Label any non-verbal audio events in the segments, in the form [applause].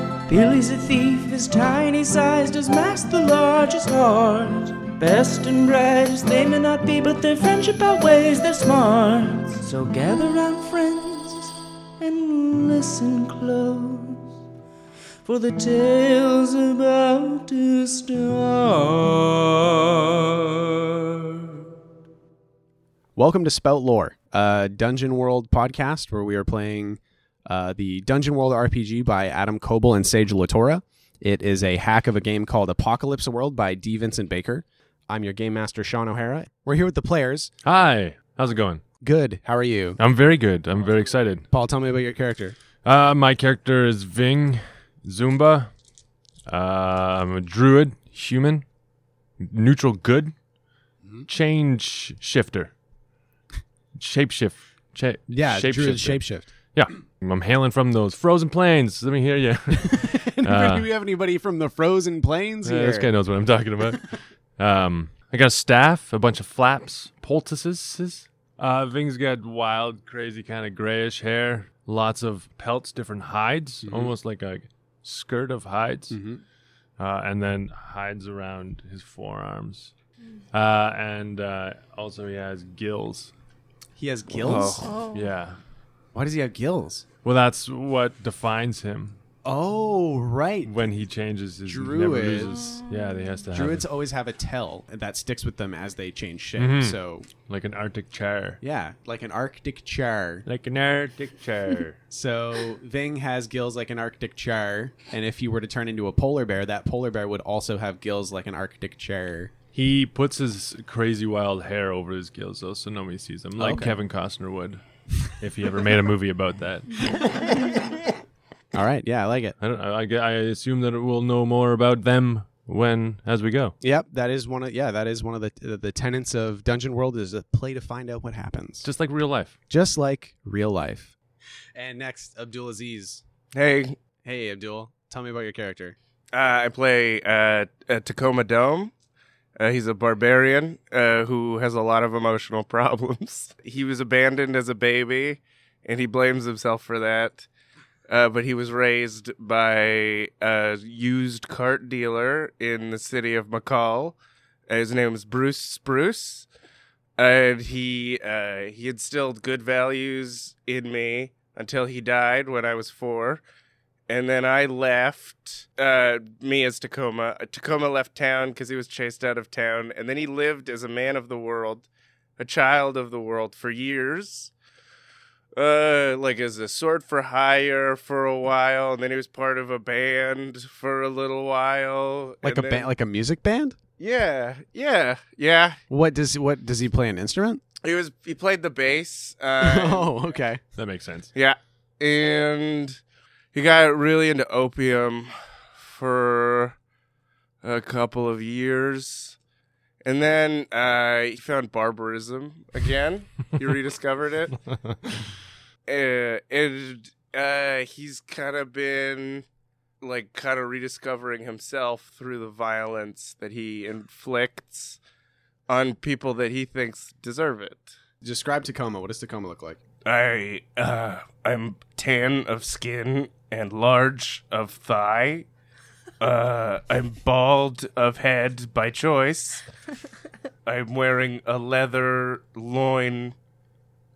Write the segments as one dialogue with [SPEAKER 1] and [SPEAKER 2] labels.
[SPEAKER 1] Billy's a thief, his tiny size does mask the largest heart. Best and brightest they may not be, but their friendship outweighs their smarts. So gather round, friends, and listen close, for the tale's about to start.
[SPEAKER 2] Welcome to Spout Lore, a Dungeon World podcast where we are playing uh, the Dungeon World RPG by Adam Coble and Sage Latora. It is a hack of a game called Apocalypse World by D. Vincent Baker. I'm your game master, Sean O'Hara. We're here with the players.
[SPEAKER 3] Hi, how's it going?
[SPEAKER 2] Good. How are you?
[SPEAKER 3] I'm very good. I'm very excited.
[SPEAKER 2] Paul, tell me about your character.
[SPEAKER 3] Uh, my character is Ving Zumba. Uh, I'm a druid, human, neutral good,
[SPEAKER 2] Hmm?
[SPEAKER 3] change shifter, shapeshift. Cha-
[SPEAKER 2] Yeah, druid
[SPEAKER 3] shapeshifter.
[SPEAKER 2] shapeshift.
[SPEAKER 3] Yeah, I'm hailing from those frozen plains. Let me hear [laughs] you.
[SPEAKER 2] [laughs] Do we have anybody from the frozen plains
[SPEAKER 3] Yeah,
[SPEAKER 2] here?
[SPEAKER 3] this guy knows what I'm talking about. um, I got a staff, a bunch of flaps, poultices. Uh, Ving's got wild, crazy kind of grayish hair, lots of pelts, different hides, almost like a skirt of hides, uh, and then hides around his forearms. Uh, and uh, also, he has gills.
[SPEAKER 2] He has gills.
[SPEAKER 3] Oh. Yeah.
[SPEAKER 2] Why does he have gills?
[SPEAKER 3] Well, that's what defines him
[SPEAKER 2] Oh, right.
[SPEAKER 3] when he changes his he never
[SPEAKER 2] Druids.
[SPEAKER 3] loses- Yeah, they has to have
[SPEAKER 2] Druids always have a tell that sticks with them as they change shape. So,
[SPEAKER 3] like an Arctic chair.
[SPEAKER 2] yeah, like an Arctic char.
[SPEAKER 3] Like an Arctic chair.
[SPEAKER 2] So Ving has gills like an Arctic char, and if he were to turn into a polar bear, that polar bear would also have gills like an Arctic char.
[SPEAKER 3] [laughs] He puts his crazy wild hair over his gills, though, so nobody sees him, like
[SPEAKER 2] Okay.
[SPEAKER 3] Kevin Costner would, if he ever made a movie about that.
[SPEAKER 2] All right, yeah, I like it.
[SPEAKER 3] I don't. I, I gue- I assume that we'll know more about them when, as we go.
[SPEAKER 2] Yep, that is one of yeah, that is one of the the, the tenets of Dungeon World is a play to find out what happens, just,
[SPEAKER 3] Just like real life.
[SPEAKER 2] just like real life. And next, Abdul Aziz.
[SPEAKER 4] Hey,
[SPEAKER 2] Hey, Abdul, tell me about your character.
[SPEAKER 4] uh, I play uh, uh, Tacoma Dome. Uh, he's a barbarian uh, who has a lot of emotional [laughs] problems. he was abandoned as a baby, and he blames himself for that. Uh, but he was raised by a used cart dealer in the city of McCall. Uh, his name is Bruce Spruce, and he uh, he instilled good values in me until he died when I was four. And then I left, uh, me as Tacoma. Uh, Tacoma left town because he was chased out of town. And then he lived as a man of the world, a child of the world for years. Uh, like as a sword for hire for a while. And then he was part of a band for a little while.
[SPEAKER 2] Like
[SPEAKER 4] and
[SPEAKER 2] a
[SPEAKER 4] then-
[SPEAKER 2] band, like a music band.
[SPEAKER 4] Yeah, yeah, yeah.
[SPEAKER 2] What does what does he play an [laughs] instrument?
[SPEAKER 4] He was, he played
[SPEAKER 2] [laughs]
[SPEAKER 4] the bass. Uh,
[SPEAKER 2] oh, okay.
[SPEAKER 3] That makes
[SPEAKER 2] [laughs]
[SPEAKER 3] sense.
[SPEAKER 4] Yeah. And he got really into opium for a couple of years. And then uh, he found barbarism again. he rediscovered it. Uh, and uh, he's kind of been like kind of rediscovering himself through the violence that he inflicts on people that he thinks deserve it.
[SPEAKER 2] Describe Tacoma. What does Tacoma look like?
[SPEAKER 4] I uh I'm tan of skin and large of thigh. Uh I'm bald of head by choice. I'm wearing a leather loin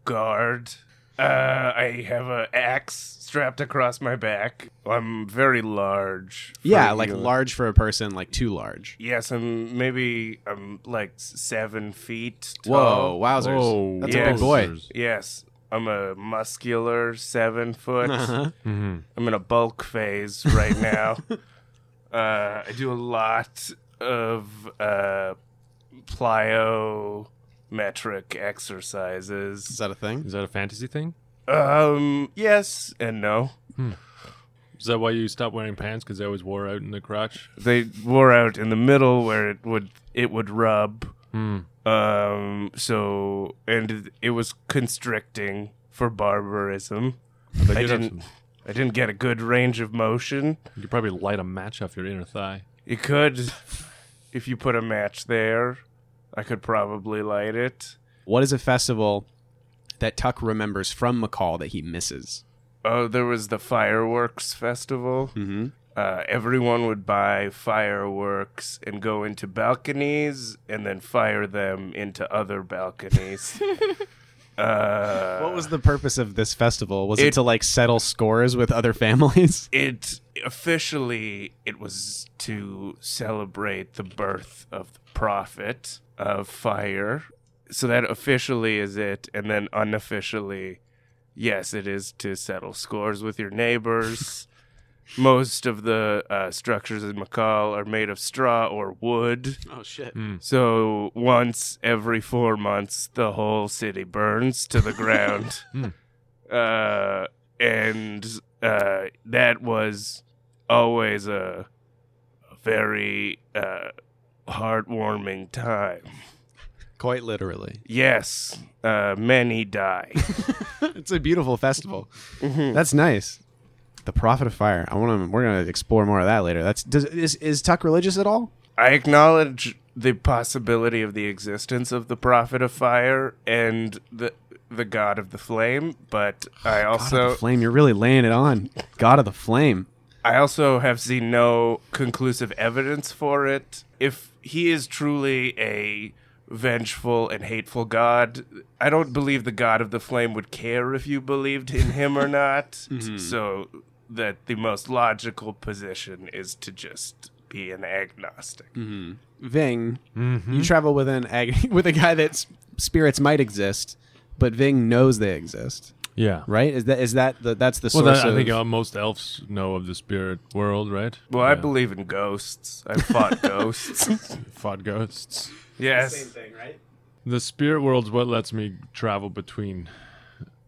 [SPEAKER 4] guard. Uh I have a axe strapped across my back. I'm very large. for
[SPEAKER 2] Yeah,
[SPEAKER 4] a
[SPEAKER 2] like
[SPEAKER 4] human.
[SPEAKER 2] large for a person, like too large.
[SPEAKER 4] Yes, I'm maybe I'm like s- seven feet.
[SPEAKER 2] Whoa,
[SPEAKER 4] Tall.
[SPEAKER 2] wowzers.
[SPEAKER 3] Whoa,
[SPEAKER 2] That's a
[SPEAKER 4] yeah.
[SPEAKER 2] big boy.
[SPEAKER 4] Yes, I'm a muscular seven foot.
[SPEAKER 2] Uh-huh.
[SPEAKER 4] I'm in a bulk phase right now. [laughs] uh, I do a lot of uh, plyometric
[SPEAKER 2] Is
[SPEAKER 4] exercises.
[SPEAKER 2] that a thing?
[SPEAKER 3] Is that a fantasy thing?
[SPEAKER 4] Um, yes and no.
[SPEAKER 3] Is that why you stopped wearing pants? Because they always wore out in the crotch.
[SPEAKER 4] They wore out in the middle where it would it would rub. Um, so and it was constricting for barbarism.
[SPEAKER 3] They
[SPEAKER 4] I
[SPEAKER 3] did have
[SPEAKER 4] didn't.
[SPEAKER 3] some-
[SPEAKER 4] I didn't get a good range of motion.
[SPEAKER 3] you could probably light a match off your inner thigh.
[SPEAKER 4] It could, if you put a match there, I could probably light it.
[SPEAKER 2] What is a festival that Tuck remembers from McCall that he misses?
[SPEAKER 4] Oh, there was the fireworks festival. Mm-hmm. Uh, everyone would buy fireworks and go into balconies and then fire them into other balconies. uh,
[SPEAKER 2] What was the purpose of this festival? Was it,
[SPEAKER 4] It-
[SPEAKER 2] to like settle scores with other families? [laughs]
[SPEAKER 4] it officially it was to celebrate the birth of the prophet of fire so that officially is it and then unofficially yes it is to settle scores with
[SPEAKER 2] [laughs]
[SPEAKER 4] your neighbors most of the uh, structures in mccall are made of straw or wood
[SPEAKER 2] Oh shit!
[SPEAKER 4] so once every four months, the whole city burns to the ground. uh, and uh, that was always a very uh, heartwarming time.
[SPEAKER 2] Quite literally,
[SPEAKER 4] Yes, uh, many die.
[SPEAKER 2] [laughs] it's a beautiful festival. That's nice. The Prophet of Fire. I want to. We're gonna explore more of that later. That's does, is is Tuck religious at all?
[SPEAKER 4] I acknowledge the possibility of the existence of the prophet of fire and the the god of the flame, but I
[SPEAKER 2] God
[SPEAKER 4] also
[SPEAKER 2] of the Flame. You're really laying it on. God of the Flame.
[SPEAKER 4] I also have seen no conclusive evidence for it. If he is truly a vengeful and hateful god, I don't believe the god of the flame would care if you believed in him or not. So that the most logical position is to just be an agnostic.
[SPEAKER 2] Ving,
[SPEAKER 3] Mm-hmm.
[SPEAKER 2] you travel with an ag- [laughs] with a guy that spirits might exist, but Ving knows they exist,
[SPEAKER 3] Yeah.
[SPEAKER 2] right? Is that is that the that's the
[SPEAKER 3] Well,
[SPEAKER 2] source
[SPEAKER 3] that, I
[SPEAKER 2] of?
[SPEAKER 3] think uh, most elves know of the spirit world, right?
[SPEAKER 4] Well, I
[SPEAKER 3] Yeah.
[SPEAKER 4] believe in ghosts. I've fought ghosts.
[SPEAKER 3] fought ghosts.
[SPEAKER 4] Yes.
[SPEAKER 2] thing, right?
[SPEAKER 3] The spirit world's what lets me travel between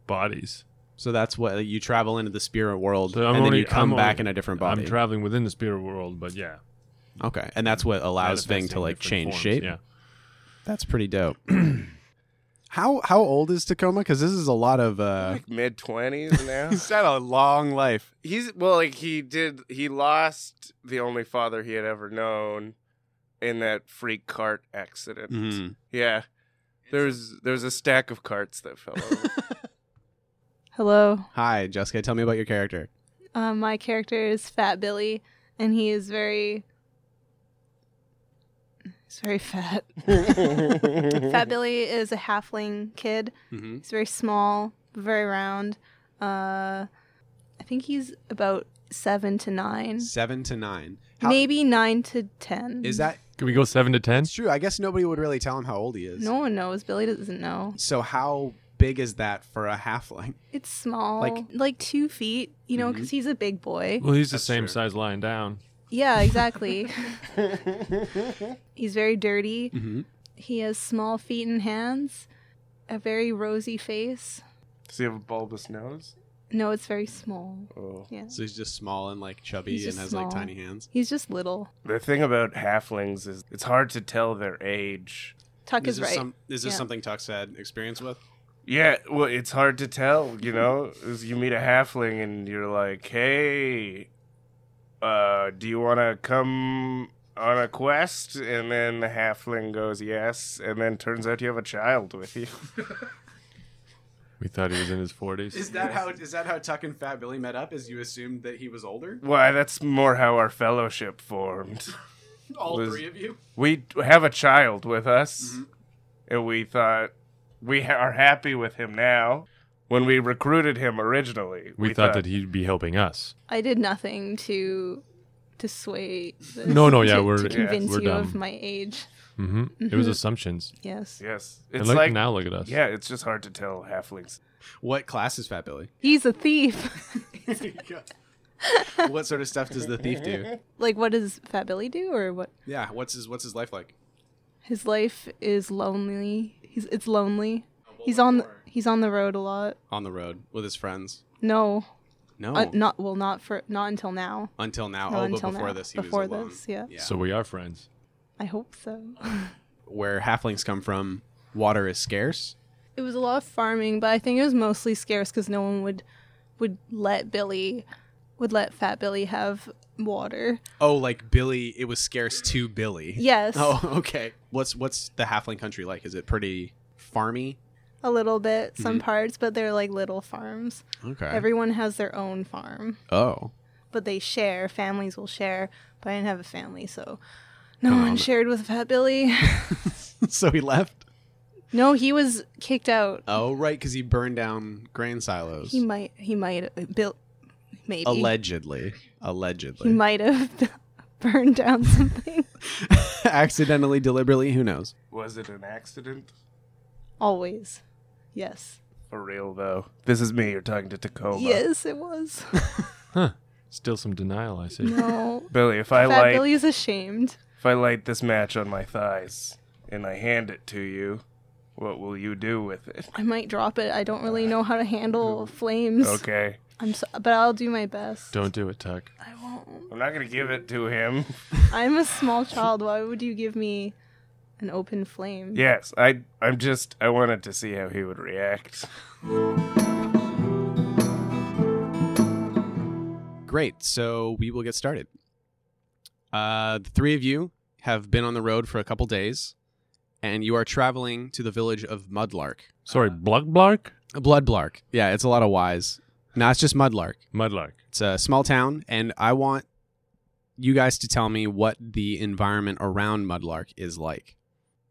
[SPEAKER 3] bodies.
[SPEAKER 2] So that's what you travel into the spirit world,
[SPEAKER 3] So I'm
[SPEAKER 2] and then
[SPEAKER 3] only-
[SPEAKER 2] you come
[SPEAKER 3] I'm
[SPEAKER 2] back
[SPEAKER 3] only-
[SPEAKER 2] in a different body.
[SPEAKER 3] I'm traveling within the spirit world, but yeah,
[SPEAKER 2] okay, and that's what allows Ving to
[SPEAKER 3] manifesting
[SPEAKER 2] like
[SPEAKER 3] different
[SPEAKER 2] change
[SPEAKER 3] forms,
[SPEAKER 2] shape.
[SPEAKER 3] Yeah,
[SPEAKER 2] That's pretty dope. [clears throat] how how old is Tacoma? Because this is a lot of. uh
[SPEAKER 4] Like mid 20s now.
[SPEAKER 2] He's had a long life.
[SPEAKER 4] he's well like he did he lost the only father he had ever known in that freak cart accident
[SPEAKER 2] Mhm.
[SPEAKER 4] yeah there's there's a stack of carts that fell over
[SPEAKER 5] Hello.
[SPEAKER 2] Hi, Jessica. Tell me about your character.
[SPEAKER 5] Uh, my character is Fat Billy, and he is very. He's very fat. fat Billy is a halfling kid.
[SPEAKER 2] Mm-hmm.
[SPEAKER 5] He's very small, very round. Uh, I think he's about seven to nine,
[SPEAKER 2] Seven to nine. How-
[SPEAKER 5] maybe nine to ten.
[SPEAKER 2] is that?
[SPEAKER 3] can we go seven to ten?
[SPEAKER 2] It's true. I guess nobody would really tell him how old he is.
[SPEAKER 5] No one knows. Billy doesn't know.
[SPEAKER 2] So how big is that for a halfling?
[SPEAKER 5] It's small,
[SPEAKER 2] Like-
[SPEAKER 5] like, two feet, you know,
[SPEAKER 2] Mhm.
[SPEAKER 5] because he's a big boy.
[SPEAKER 3] Well, he's the
[SPEAKER 4] That's
[SPEAKER 3] same
[SPEAKER 4] true.
[SPEAKER 3] size lying down.
[SPEAKER 5] Yeah, exactly. he's very dirty.
[SPEAKER 2] Mm-hmm.
[SPEAKER 5] He has small feet and hands, a very rosy face.
[SPEAKER 4] does he have a bulbous nose
[SPEAKER 5] No, it's very small.
[SPEAKER 4] oh.
[SPEAKER 5] Yeah.
[SPEAKER 2] So he's just small and like chubby
[SPEAKER 5] He's
[SPEAKER 2] and
[SPEAKER 5] just
[SPEAKER 2] has like
[SPEAKER 5] small.
[SPEAKER 2] tiny hands.
[SPEAKER 5] He's just little.
[SPEAKER 4] the thing about halflings is it's hard to tell their age
[SPEAKER 5] Tuck is
[SPEAKER 2] this
[SPEAKER 5] right.
[SPEAKER 2] some- is this
[SPEAKER 5] Yeah.
[SPEAKER 2] something Tuck's had experience with?
[SPEAKER 4] yeah well it's hard to tell you know is you meet a halfling and you're like hey uh do you want to come on a quest and then the halfling goes yes and then turns out you have a child with you [laughs]
[SPEAKER 3] We thought he was in his forties.
[SPEAKER 2] Is that how is that how Tuck and Fat Billy met up? Is you assumed that he was older?
[SPEAKER 4] Why, that's more how our fellowship formed.
[SPEAKER 2] All
[SPEAKER 4] Was-
[SPEAKER 2] three of you?
[SPEAKER 4] We have a child with us, and we thought we ha- are happy with him now. When we recruited him originally,
[SPEAKER 3] We, thought, that he'd be helping us.
[SPEAKER 5] I did nothing to to sway. This,
[SPEAKER 3] No, no, yeah,
[SPEAKER 5] to,
[SPEAKER 3] we're-
[SPEAKER 5] to
[SPEAKER 3] yeah,
[SPEAKER 5] convince
[SPEAKER 3] we're
[SPEAKER 5] you of
[SPEAKER 3] dumb.
[SPEAKER 5] my age.
[SPEAKER 3] hmm It was assumptions.
[SPEAKER 5] Yes,
[SPEAKER 4] Yes,
[SPEAKER 3] And
[SPEAKER 4] it's
[SPEAKER 3] look,
[SPEAKER 4] like
[SPEAKER 3] now look at us.
[SPEAKER 4] Yeah, it's just hard to tell halflings.
[SPEAKER 2] What class is Fat [laughs] Billy?
[SPEAKER 5] he's a thief. [laughs]
[SPEAKER 2] [laughs] what sort of stuff does the thief
[SPEAKER 5] [laughs]
[SPEAKER 2] do?
[SPEAKER 5] like, what does Fat Billy do, or what?
[SPEAKER 2] Yeah, what's his what's his life like?
[SPEAKER 5] His life is lonely. He's it's lonely. He's on he's on the road a lot.
[SPEAKER 2] On the road with his friends.
[SPEAKER 5] No,
[SPEAKER 2] No,
[SPEAKER 5] Uh, not well, not for not until now.
[SPEAKER 2] until now.
[SPEAKER 5] Not
[SPEAKER 2] oh,
[SPEAKER 5] until
[SPEAKER 2] but before
[SPEAKER 5] now.
[SPEAKER 2] this, he
[SPEAKER 5] Before
[SPEAKER 2] was alone.
[SPEAKER 5] this, yeah.
[SPEAKER 2] yeah.
[SPEAKER 3] So we are friends.
[SPEAKER 5] I hope so. [laughs]
[SPEAKER 2] where halflings come from, water is scarce.
[SPEAKER 5] it was a lot of farming, but I think it was mostly scarce because no one would would let Billy would let Fat Billy have water.
[SPEAKER 2] Oh, like Billy, it was scarce to Billy.
[SPEAKER 5] Yes,
[SPEAKER 2] Oh, [laughs] okay. What's what's the halfling country like? Is it pretty farmy?
[SPEAKER 5] a little bit, some parts, but they're like little farms.
[SPEAKER 2] Mm-hmm. Okay.
[SPEAKER 5] Everyone has their own farm,
[SPEAKER 2] oh, [laughs]
[SPEAKER 5] but they share. Families will share, but I didn't have a family, so no one shared with Fat Billy. [laughs]
[SPEAKER 2] so he left.
[SPEAKER 5] no, he was kicked out.
[SPEAKER 2] Oh, right, because he burned down grain silos.
[SPEAKER 5] He might. He might. Bill. Maybe.
[SPEAKER 2] allegedly,
[SPEAKER 5] He
[SPEAKER 2] allegedly,
[SPEAKER 5] might have [laughs] burned down something.
[SPEAKER 2] [laughs] accidentally, deliberately. Who knows?
[SPEAKER 4] Was it an accident?
[SPEAKER 5] Always. Yes.
[SPEAKER 4] For real though. This is me. You're talking to Tacoma.
[SPEAKER 5] Yes, it was.
[SPEAKER 3] Still some denial, I see.
[SPEAKER 5] [laughs] No.
[SPEAKER 4] Billy, if I
[SPEAKER 5] Fat
[SPEAKER 4] light
[SPEAKER 5] Billy's ashamed.
[SPEAKER 4] if I light this match on my thighs and I hand it to you, what will you do with it?
[SPEAKER 5] I might drop it. I don't really know how to handle flames.
[SPEAKER 4] Okay.
[SPEAKER 5] I'm so, but I'll do my best.
[SPEAKER 3] Don't do it, Tuck.
[SPEAKER 5] I won't.
[SPEAKER 4] I'm not gonna give it to him. [laughs]
[SPEAKER 5] I'm a small child. Why would you give me an open flame?
[SPEAKER 4] Yes, I I'm just I wanted to see how he would react.
[SPEAKER 2] Great. So we will get started. Uh, the three of you have been on the road for a couple days, and you are traveling to the village of Mudlark.
[SPEAKER 3] Sorry, Blug Blark?
[SPEAKER 2] Bloodblark. Yeah, it's a lot of Y's. No, it's just Mudlark.
[SPEAKER 3] Mudlark.
[SPEAKER 2] It's a small town, and I want you guys to tell me what the environment around Mudlark is like.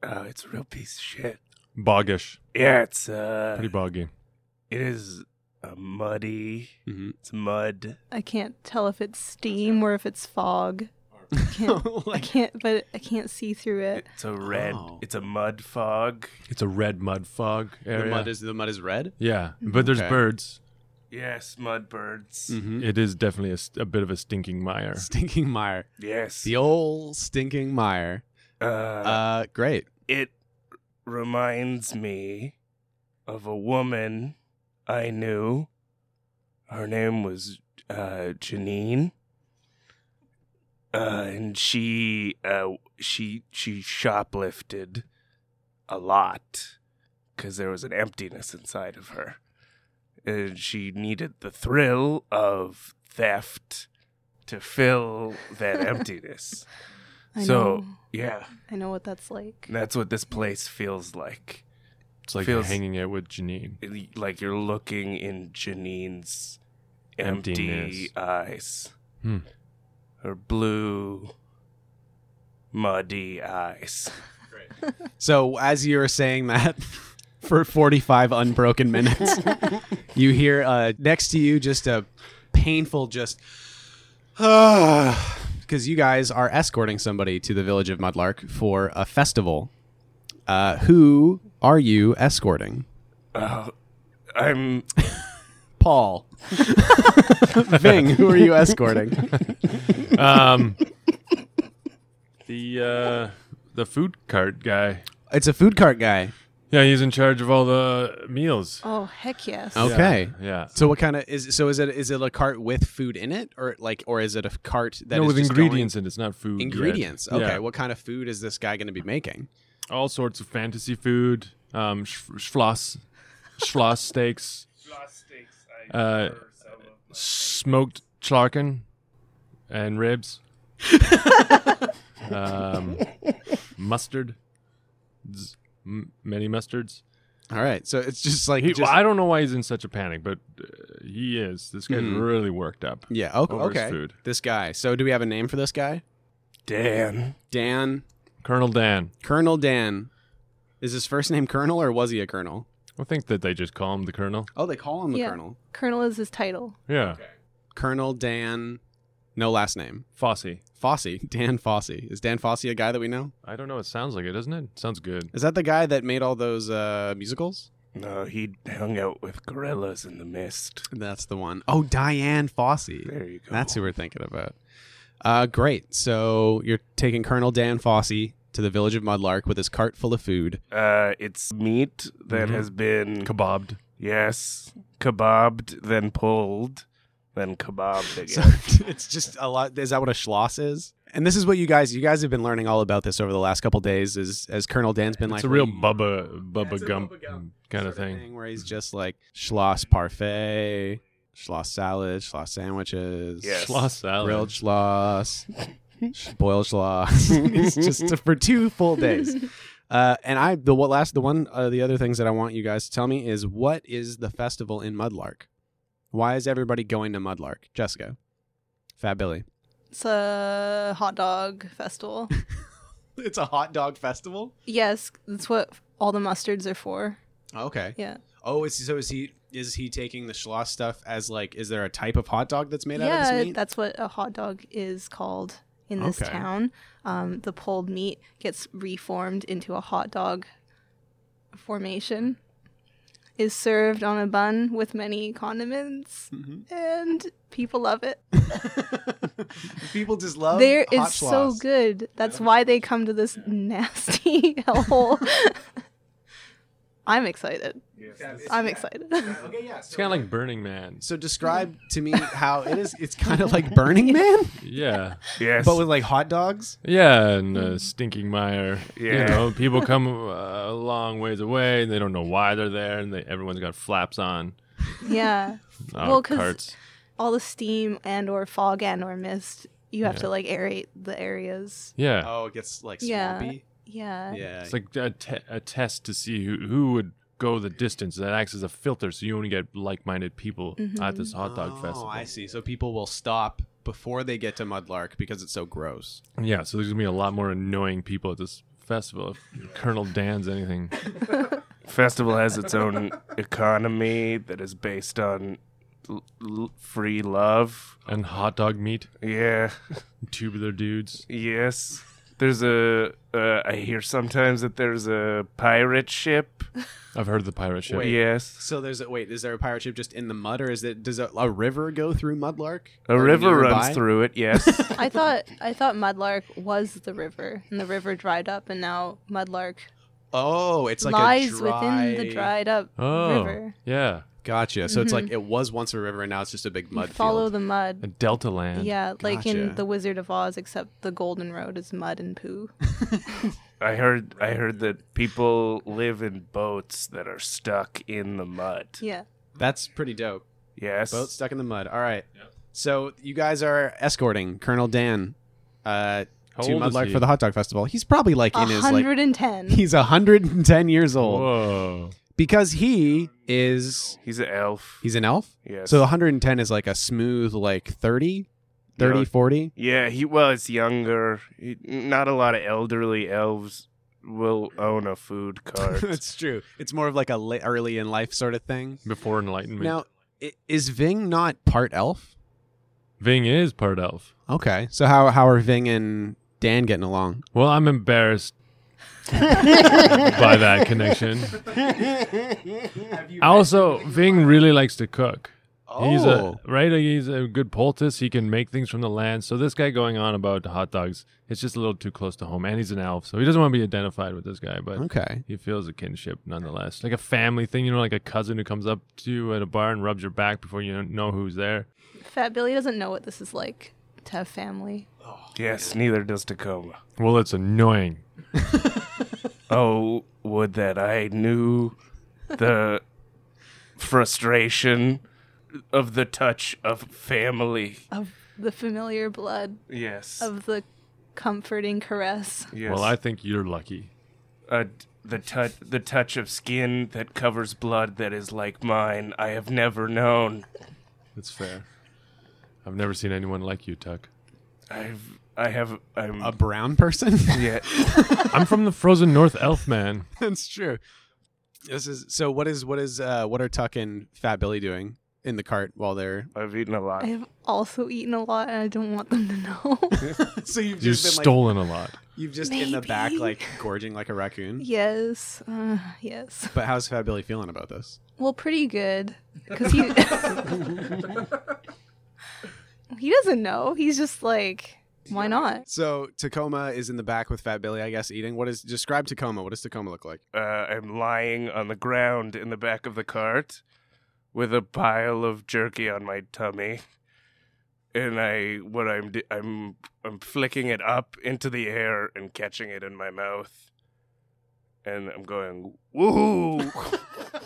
[SPEAKER 4] Oh, it's a real piece of shit.
[SPEAKER 3] Boggish.
[SPEAKER 4] Yeah, it's uh
[SPEAKER 3] Pretty boggy.
[SPEAKER 4] it is a muddy
[SPEAKER 2] Mhm.
[SPEAKER 4] it's mud.
[SPEAKER 5] I can't tell if it's steam or if it's [laughs] fog. I
[SPEAKER 2] [laughs]
[SPEAKER 5] can't, I can't, but I can't see through it.
[SPEAKER 4] It's a red
[SPEAKER 2] Oh.
[SPEAKER 4] it's a mud fog.
[SPEAKER 3] It's a red mud fog area.
[SPEAKER 2] The mud is the mud is red.
[SPEAKER 3] yeah, but there's
[SPEAKER 2] Okay.
[SPEAKER 3] birds.
[SPEAKER 4] Yes, mud birds.
[SPEAKER 2] Mm-hmm.
[SPEAKER 3] It is definitely a s- a, bit of a stinking mire.
[SPEAKER 2] Stinking mire.
[SPEAKER 4] Yes.
[SPEAKER 2] The old stinking mire.
[SPEAKER 4] uh,
[SPEAKER 2] Uh, great.
[SPEAKER 4] it reminds me of a woman I knew. Her name was uh, Janine, uh, and she uh, she she shoplifted a lot because there was an emptiness inside of her, and she needed the thrill of theft to fill
[SPEAKER 5] [laughs]
[SPEAKER 4] that emptiness.
[SPEAKER 5] I
[SPEAKER 4] so
[SPEAKER 5] know.
[SPEAKER 4] yeah.
[SPEAKER 5] I know what that's like.
[SPEAKER 4] And that's what this place feels like.
[SPEAKER 3] It's like
[SPEAKER 4] Feels-
[SPEAKER 3] hanging out with
[SPEAKER 2] [laughs]
[SPEAKER 3] Janine.
[SPEAKER 4] It- like you're looking in Janine's empty
[SPEAKER 3] Emptiness.
[SPEAKER 4] eyes.
[SPEAKER 3] Hmm.
[SPEAKER 4] Her blue, muddy eyes.
[SPEAKER 2] So as you're saying that [laughs] for 45 unbroken minutes, you hear uh, next to you just a painful just [sighs] because you guys are escorting somebody to the village of Mudlark for a festival. Uh, who are you escorting?
[SPEAKER 4] Oh, I'm.
[SPEAKER 2] Paul. [laughs] Ving, who are you escorting? [laughs]
[SPEAKER 3] Um, the uh, the food cart guy.
[SPEAKER 2] It's a food cart guy.
[SPEAKER 3] Yeah, he's in charge of all the meals.
[SPEAKER 5] Oh heck yes.
[SPEAKER 2] Okay.
[SPEAKER 3] Yeah.
[SPEAKER 2] So what kind of is so is it is it a cart with food in it or like or is it a cart that
[SPEAKER 3] no,
[SPEAKER 2] is
[SPEAKER 3] with
[SPEAKER 2] just going-
[SPEAKER 3] ingredients in it. It's not food. yet.
[SPEAKER 2] ingredients? Okay.
[SPEAKER 3] Yeah.
[SPEAKER 2] What kind of food is this guy going to be making?
[SPEAKER 3] all sorts of fantasy food, um, sh- schloss, schloss steaks, uh, smoked charken, and ribs, um, mustard, Z- m- many mustards.
[SPEAKER 2] All right. So it's just like
[SPEAKER 3] He,
[SPEAKER 2] just,
[SPEAKER 3] well, I don't know why he's in such a panic, but uh, he is. This guy's
[SPEAKER 2] Mhm.
[SPEAKER 3] really worked up.
[SPEAKER 2] yeah. Okay.
[SPEAKER 3] over his
[SPEAKER 2] okay.
[SPEAKER 3] food.
[SPEAKER 2] This guy. So do we have a name for this guy?
[SPEAKER 4] Dan.
[SPEAKER 2] Dan
[SPEAKER 3] Colonel Dan.
[SPEAKER 2] Colonel Dan. Is his first name Colonel or was he a Colonel?
[SPEAKER 3] I think that they just call him the Colonel.
[SPEAKER 2] Oh, they call him the
[SPEAKER 5] Yeah.
[SPEAKER 2] Colonel.
[SPEAKER 5] Colonel is his title.
[SPEAKER 3] Yeah,
[SPEAKER 2] Colonel Dan. No last name.
[SPEAKER 3] Fossey.
[SPEAKER 2] Fossey. [laughs] Dan Fossey. Is Dan Fossey a guy that we know?
[SPEAKER 3] I don't know. It sounds like it, doesn't it? Sounds good.
[SPEAKER 2] Is that the guy that made all those uh, musicals?
[SPEAKER 4] No, he hung out with gorillas in the mist.
[SPEAKER 2] That's the one. Oh, Diane Fossey.
[SPEAKER 4] There you go.
[SPEAKER 2] That's who we're thinking about. Uh, great. So you're taking Colonel Dan Fossey to the village of Mudlark with his cart full of food.
[SPEAKER 4] Uh, it's meat that
[SPEAKER 3] Mhm.
[SPEAKER 4] has been
[SPEAKER 3] Kebabbed.
[SPEAKER 4] yes kebabbed, then pulled, then kebab again.
[SPEAKER 2] So [laughs] it's just a lot. Is that what a schloss is? And this is what you guys you guys have been learning all about this over the last couple days. Is as Colonel Dan's been like
[SPEAKER 3] It's a real
[SPEAKER 2] "Well,
[SPEAKER 3] Bubba
[SPEAKER 2] Yeah, it's
[SPEAKER 3] Bubba
[SPEAKER 2] a
[SPEAKER 3] Gump
[SPEAKER 2] Bubba Gump
[SPEAKER 3] kind
[SPEAKER 2] sort
[SPEAKER 3] of thing.
[SPEAKER 2] where he's just like schloss parfait, schloss salad, schloss sandwiches,
[SPEAKER 4] Yes.
[SPEAKER 3] Schloss salad.
[SPEAKER 2] [laughs] grilled schloss, [laughs] sh- boiled schloss. [laughs] it's just for two full
[SPEAKER 5] [laughs]
[SPEAKER 2] days. Uh, and I the what last the one uh, the other things that I want you guys to tell me is what is the festival in Mudlark? Why is everybody going to Mudlark? Jessica, Fat Billy.
[SPEAKER 5] It's a hot dog festival.
[SPEAKER 2] It's a hot dog festival.
[SPEAKER 5] yes, that's what all the mustards are for.
[SPEAKER 2] Okay.
[SPEAKER 5] Yeah.
[SPEAKER 2] Oh, is so is he is he taking the schloss stuff as like is there a type of hot dog that's made out of
[SPEAKER 5] yeah,
[SPEAKER 2] this meat?
[SPEAKER 5] that's what a hot dog is called in this
[SPEAKER 2] Okay.
[SPEAKER 5] town. Um, the pulled meat gets reformed into a hot dog formation, is served on a bun with many condiments,
[SPEAKER 2] Mm-hmm.
[SPEAKER 5] and people love it.
[SPEAKER 2] [laughs] People just love
[SPEAKER 5] there
[SPEAKER 2] hot
[SPEAKER 5] it's so
[SPEAKER 2] schloss.
[SPEAKER 5] good. That's why they come to this nasty [laughs] hellhole. I'm excited. I'm excited. [laughs]
[SPEAKER 3] It's kind of like Burning Man.
[SPEAKER 2] So describe to me how it is.
[SPEAKER 5] [laughs]
[SPEAKER 2] It's kind of like Burning Man,
[SPEAKER 3] Yeah.
[SPEAKER 4] yes.
[SPEAKER 2] but with like hot dogs.
[SPEAKER 3] Yeah, and
[SPEAKER 2] Mm.
[SPEAKER 3] uh, Stinking Mire. You
[SPEAKER 4] Yeah.
[SPEAKER 3] know, people
[SPEAKER 2] [laughs]
[SPEAKER 3] come uh, a long ways away and they don't know why they're there and they, everyone's got flaps on.
[SPEAKER 5] yeah.
[SPEAKER 3] Uh,
[SPEAKER 5] Well, 'cause-
[SPEAKER 3] carts.
[SPEAKER 5] All the steam and or fog and or mist. You have to like aerate the areas.
[SPEAKER 3] Yeah.
[SPEAKER 2] Oh, it gets like
[SPEAKER 5] Yeah. uh,
[SPEAKER 2] swampy.
[SPEAKER 5] Yeah.
[SPEAKER 2] Yeah,
[SPEAKER 3] It's like a, te- a test to see who, who would go the distance. That acts as a filter so you only get like minded people at this hot dog
[SPEAKER 2] oh,
[SPEAKER 3] festival.
[SPEAKER 2] I see. So people will stop before they get to Mudlark because it's so gross.
[SPEAKER 3] Yeah, so there's going to be a lot more annoying people at this festival if Colonel Dan's anything.
[SPEAKER 4] festival has its own economy that is based on l- l- free love.
[SPEAKER 3] And hot dog meat,
[SPEAKER 4] Yeah. [laughs]
[SPEAKER 3] tubular dudes.
[SPEAKER 4] Yes. There's a. Uh, I hear sometimes that there's a pirate ship.
[SPEAKER 3] I've heard of the pirate ship.
[SPEAKER 2] Wait.
[SPEAKER 4] Yes.
[SPEAKER 2] So there's a wait. Is there a pirate ship just in the mud, or is it does a, a river go through Mudlark?
[SPEAKER 4] A
[SPEAKER 2] Or
[SPEAKER 4] river
[SPEAKER 2] nearby?
[SPEAKER 4] runs through it. Yes.
[SPEAKER 2] [laughs]
[SPEAKER 5] I thought I thought Mudlark was the river, and the river dried up, and now Mudlark
[SPEAKER 2] Oh, it's like
[SPEAKER 5] lies
[SPEAKER 2] a dry...
[SPEAKER 5] within the dried up
[SPEAKER 3] Oh,
[SPEAKER 5] river.
[SPEAKER 3] yeah.
[SPEAKER 2] Gotcha. So it's like it was once a river, and now it's just a big
[SPEAKER 5] You
[SPEAKER 2] mud
[SPEAKER 5] follow
[SPEAKER 2] field.
[SPEAKER 5] the
[SPEAKER 3] A
[SPEAKER 5] mud.
[SPEAKER 3] delta land.
[SPEAKER 5] Yeah, like in
[SPEAKER 2] Gotcha.
[SPEAKER 5] The Wizard of Oz, except the Golden Road is mud and poo.
[SPEAKER 4] I heard. I heard that people live in boats that are stuck in the mud.
[SPEAKER 5] Yeah.
[SPEAKER 2] That's pretty dope.
[SPEAKER 4] Yes.
[SPEAKER 2] Boat stuck in the mud. All right. So you guys are escorting Colonel Dan uh,
[SPEAKER 3] How
[SPEAKER 2] to
[SPEAKER 3] old is
[SPEAKER 2] Mudlark
[SPEAKER 3] he?
[SPEAKER 2] for the hot dog festival. He's probably like in his like [laughs]
[SPEAKER 5] 110.
[SPEAKER 2] he's 110 years old
[SPEAKER 3] Whoa.
[SPEAKER 2] because he is
[SPEAKER 4] He's an elf.
[SPEAKER 2] he's an elf.
[SPEAKER 4] Yes.
[SPEAKER 2] So 110 is like a smooth like 30, 30,
[SPEAKER 4] Yeah.
[SPEAKER 2] 40.
[SPEAKER 4] Yeah, he well, it's younger. He, not a lot of elderly elves will own a food
[SPEAKER 2] [laughs]
[SPEAKER 4] cart.
[SPEAKER 2] That's true. It's more of like a la- early in life sort of thing.
[SPEAKER 3] [laughs] Before enlightenment.
[SPEAKER 2] Now, i- is Ving not part elf?
[SPEAKER 3] Ving is part elf.
[SPEAKER 2] Okay. So how how are Ving and Dan getting along?
[SPEAKER 3] Well, I'm embarrassed by that connection. Also, Ving really likes to cook. He's a right. He's a good poultice. He can make things from the land. So this guy going on about hot dogs, it's just a little too close to home. And he's an elf, so he doesn't want to be identified with this guy, but
[SPEAKER 2] okay.
[SPEAKER 3] he feels a kinship nonetheless, like a family thing. You know, like a cousin who comes up to you at a bar and rubs your back before you know who's there.
[SPEAKER 5] Fat Billy doesn't know what this is like to have family.
[SPEAKER 4] yes, neither does Tacoma.
[SPEAKER 3] Well, it's annoying.
[SPEAKER 4] Oh, would that I knew the frustration of the touch of family.
[SPEAKER 5] Of the familiar blood,
[SPEAKER 4] Yes.
[SPEAKER 5] of the comforting caress.
[SPEAKER 4] yes.
[SPEAKER 3] Well, I think you're lucky.
[SPEAKER 4] uh, the touch the touch of skin that covers blood that is like mine. I have never known.
[SPEAKER 3] That's fair. I've never seen anyone like you, Tuck.
[SPEAKER 4] I've I have I'm
[SPEAKER 2] A brown person? [laughs]
[SPEAKER 4] yeah.
[SPEAKER 3] [laughs] I'm from the frozen north elf man.
[SPEAKER 2] That's true. This is so what is what is uh what are Tuck and Fat Billy doing in the cart while they're [laughs]
[SPEAKER 4] I've eaten a lot.
[SPEAKER 5] I have also eaten a lot, and I don't want them to
[SPEAKER 4] [laughs]
[SPEAKER 5] know. [laughs]
[SPEAKER 2] So you've
[SPEAKER 3] You've
[SPEAKER 2] just been
[SPEAKER 3] stolen a lot.
[SPEAKER 2] like you've just in the back
[SPEAKER 5] Maybe.
[SPEAKER 2] like gorging like a raccoon.
[SPEAKER 5] yes. Uh, yes.
[SPEAKER 2] But how's Fat Billy feeling about this?
[SPEAKER 5] Well, pretty good, because he [laughs] he doesn't know. He's just like, why not?
[SPEAKER 2] So Tacoma is in the back with Fat Billy, I guess, eating. What is describe Tacoma? What does Tacoma look like?
[SPEAKER 4] uh, I'm lying on the ground in the back of the cart with a pile of jerky on my tummy. and I what I'm do- I'm I'm flicking it up into the air and catching it in my mouth, and I'm going woohoo.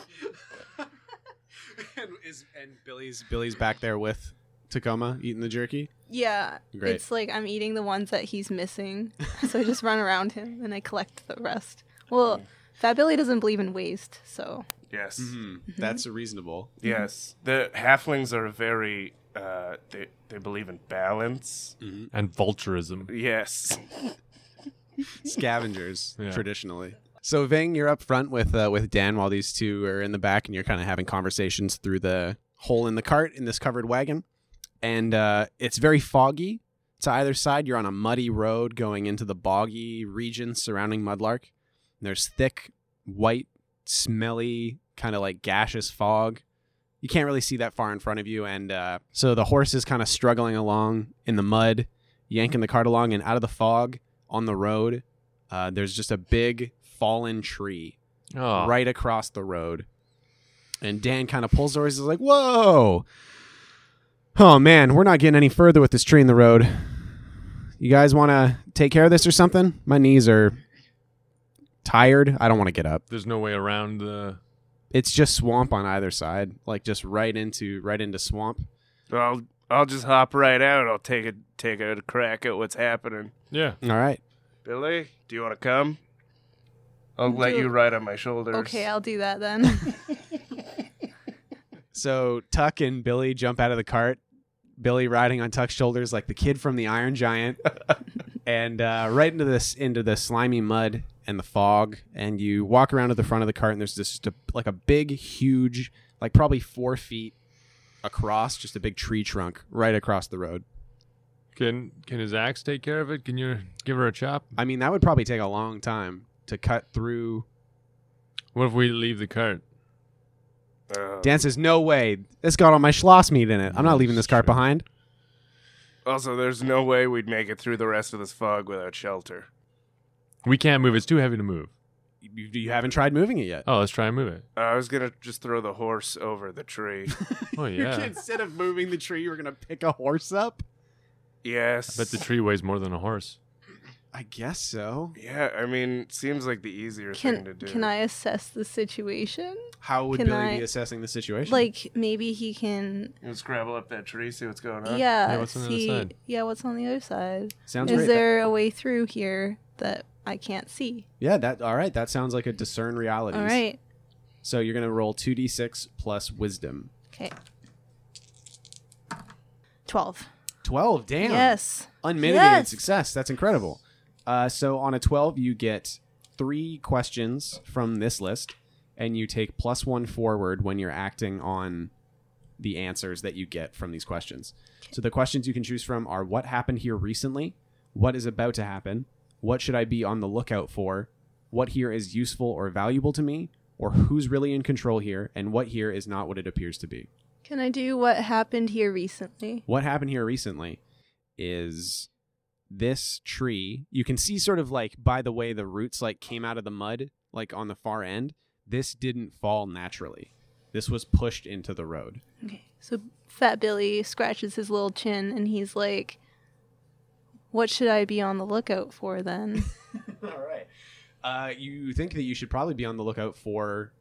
[SPEAKER 2] [laughs] and, is, and Billy's Billy's back there with Tacoma eating the jerky.
[SPEAKER 5] Yeah.
[SPEAKER 2] Great.
[SPEAKER 5] It's like I'm eating the ones that he's missing. so I just run around him and I collect the rest. Well, Fat Billy doesn't believe in waste, so
[SPEAKER 4] yes,
[SPEAKER 2] Mm-hmm. That's reasonable.
[SPEAKER 4] yes. The halflings are very uh, they they believe in balance.
[SPEAKER 2] Mm-hmm.
[SPEAKER 3] and vulturism.
[SPEAKER 4] Yes.
[SPEAKER 2] [laughs] Scavengers
[SPEAKER 3] Yeah.
[SPEAKER 2] traditionally. So Ving, you're up front with uh, with Dan while these two are in the back, and you're kind of having conversations through the hole in the cart in this covered wagon. And uh, it's very foggy to either side. You're on a muddy road going into the boggy region surrounding Mudlark. And there's thick, white, smelly, kind of like gaseous fog. You can't really see that far in front of you, and uh, so the horse is kind of struggling along in the mud, yanking the cart along, and out of the fog on the road, uh, there's just a big fallen tree
[SPEAKER 3] Oh,
[SPEAKER 2] right across the road. And Dan kind of pulls the horse. He's like, "Whoa, oh man, we're not getting any further with this tree in the road. You guys want to take care of this or something? My knees are tired. I don't want to get up.
[SPEAKER 3] There's no way around the.
[SPEAKER 2] It's just swamp on either side, like just right into right into swamp.
[SPEAKER 4] I'll I'll just hop right out. I'll take a take a crack at what's happening.
[SPEAKER 3] Yeah.
[SPEAKER 2] All right,
[SPEAKER 4] Billy, do you want to come? I'll let
[SPEAKER 5] Do-
[SPEAKER 4] you ride on my shoulders.
[SPEAKER 5] okay, I'll do that
[SPEAKER 4] [laughs]
[SPEAKER 5] then.
[SPEAKER 2] So Tuck and Billy jump out of the cart. Billy riding on Tuck's shoulders like the kid from the Iron Giant, and uh, right into this into the slimy mud and the fog. And you walk around to the front of the cart, and there's this just a, like a big, huge, like probably four feet across, just a big tree trunk right across the road.
[SPEAKER 3] Can can his axe take care of it? Can you give her a chop?
[SPEAKER 2] I mean, that would probably take a long time to cut through.
[SPEAKER 3] What if we leave the cart?
[SPEAKER 4] Uh,
[SPEAKER 2] Dan says, "No way! This got all my schloss meat in it. I'm not leaving this cart behind."
[SPEAKER 4] also, there's no way we'd make it through the rest of this fog without shelter.
[SPEAKER 3] We can't move. It's too heavy to move.
[SPEAKER 2] You, you haven't tried moving it yet.
[SPEAKER 3] Oh, let's try and move
[SPEAKER 2] [laughs]
[SPEAKER 3] it.
[SPEAKER 4] I was gonna just throw the horse over the tree.
[SPEAKER 3] Oh yeah.
[SPEAKER 2] Instead of moving the tree, you were gonna pick a horse up.
[SPEAKER 4] yes.
[SPEAKER 3] Bet the tree weighs more than a horse.
[SPEAKER 2] I guess so.
[SPEAKER 4] yeah, I mean, seems like the easier thing to
[SPEAKER 5] Can
[SPEAKER 4] do.
[SPEAKER 5] can I assess the situation?
[SPEAKER 2] How would
[SPEAKER 5] Can
[SPEAKER 2] Billy
[SPEAKER 5] I-
[SPEAKER 2] be assessing the situation?
[SPEAKER 5] Like maybe he can
[SPEAKER 4] You wanna scrabble up that tree, see what's going on.
[SPEAKER 5] Yeah,
[SPEAKER 3] Yeah, what's on the other
[SPEAKER 5] see
[SPEAKER 3] side?
[SPEAKER 5] Yeah, what's on the other side?
[SPEAKER 2] sounds
[SPEAKER 5] Is
[SPEAKER 2] great.
[SPEAKER 5] there a way through here that I can't see?
[SPEAKER 2] yeah, that all right. That sounds like a discern reality.
[SPEAKER 5] All right.
[SPEAKER 2] So you're gonna roll two d six plus wisdom.
[SPEAKER 5] Okay. 12.
[SPEAKER 2] Twelve. Damn.
[SPEAKER 5] Yes.
[SPEAKER 2] Unmitigated
[SPEAKER 5] Yes.
[SPEAKER 2] success. That's incredible. Uh, so on a twelve, you get three questions from this list, and you take plus one forward when you're acting on the answers that you get from these questions. So the questions you can choose from are what happened here recently, what is about to happen, what should I be on the lookout for, what here is useful or valuable to me, or who's really in control here, and what here is not what it appears to be.
[SPEAKER 5] Can I do what happened here recently?
[SPEAKER 2] What happened here recently is this tree. You can see sort of like by the way the roots like came out of the mud like on the far end. This didn't fall naturally. This was pushed into the road.
[SPEAKER 5] Okay. So Fat Billy scratches his little chin and he's like, What should I be on the lookout
[SPEAKER 3] [laughs]
[SPEAKER 5] for then?
[SPEAKER 2] [laughs] All right. Uh, you think that you should probably be on the lookout for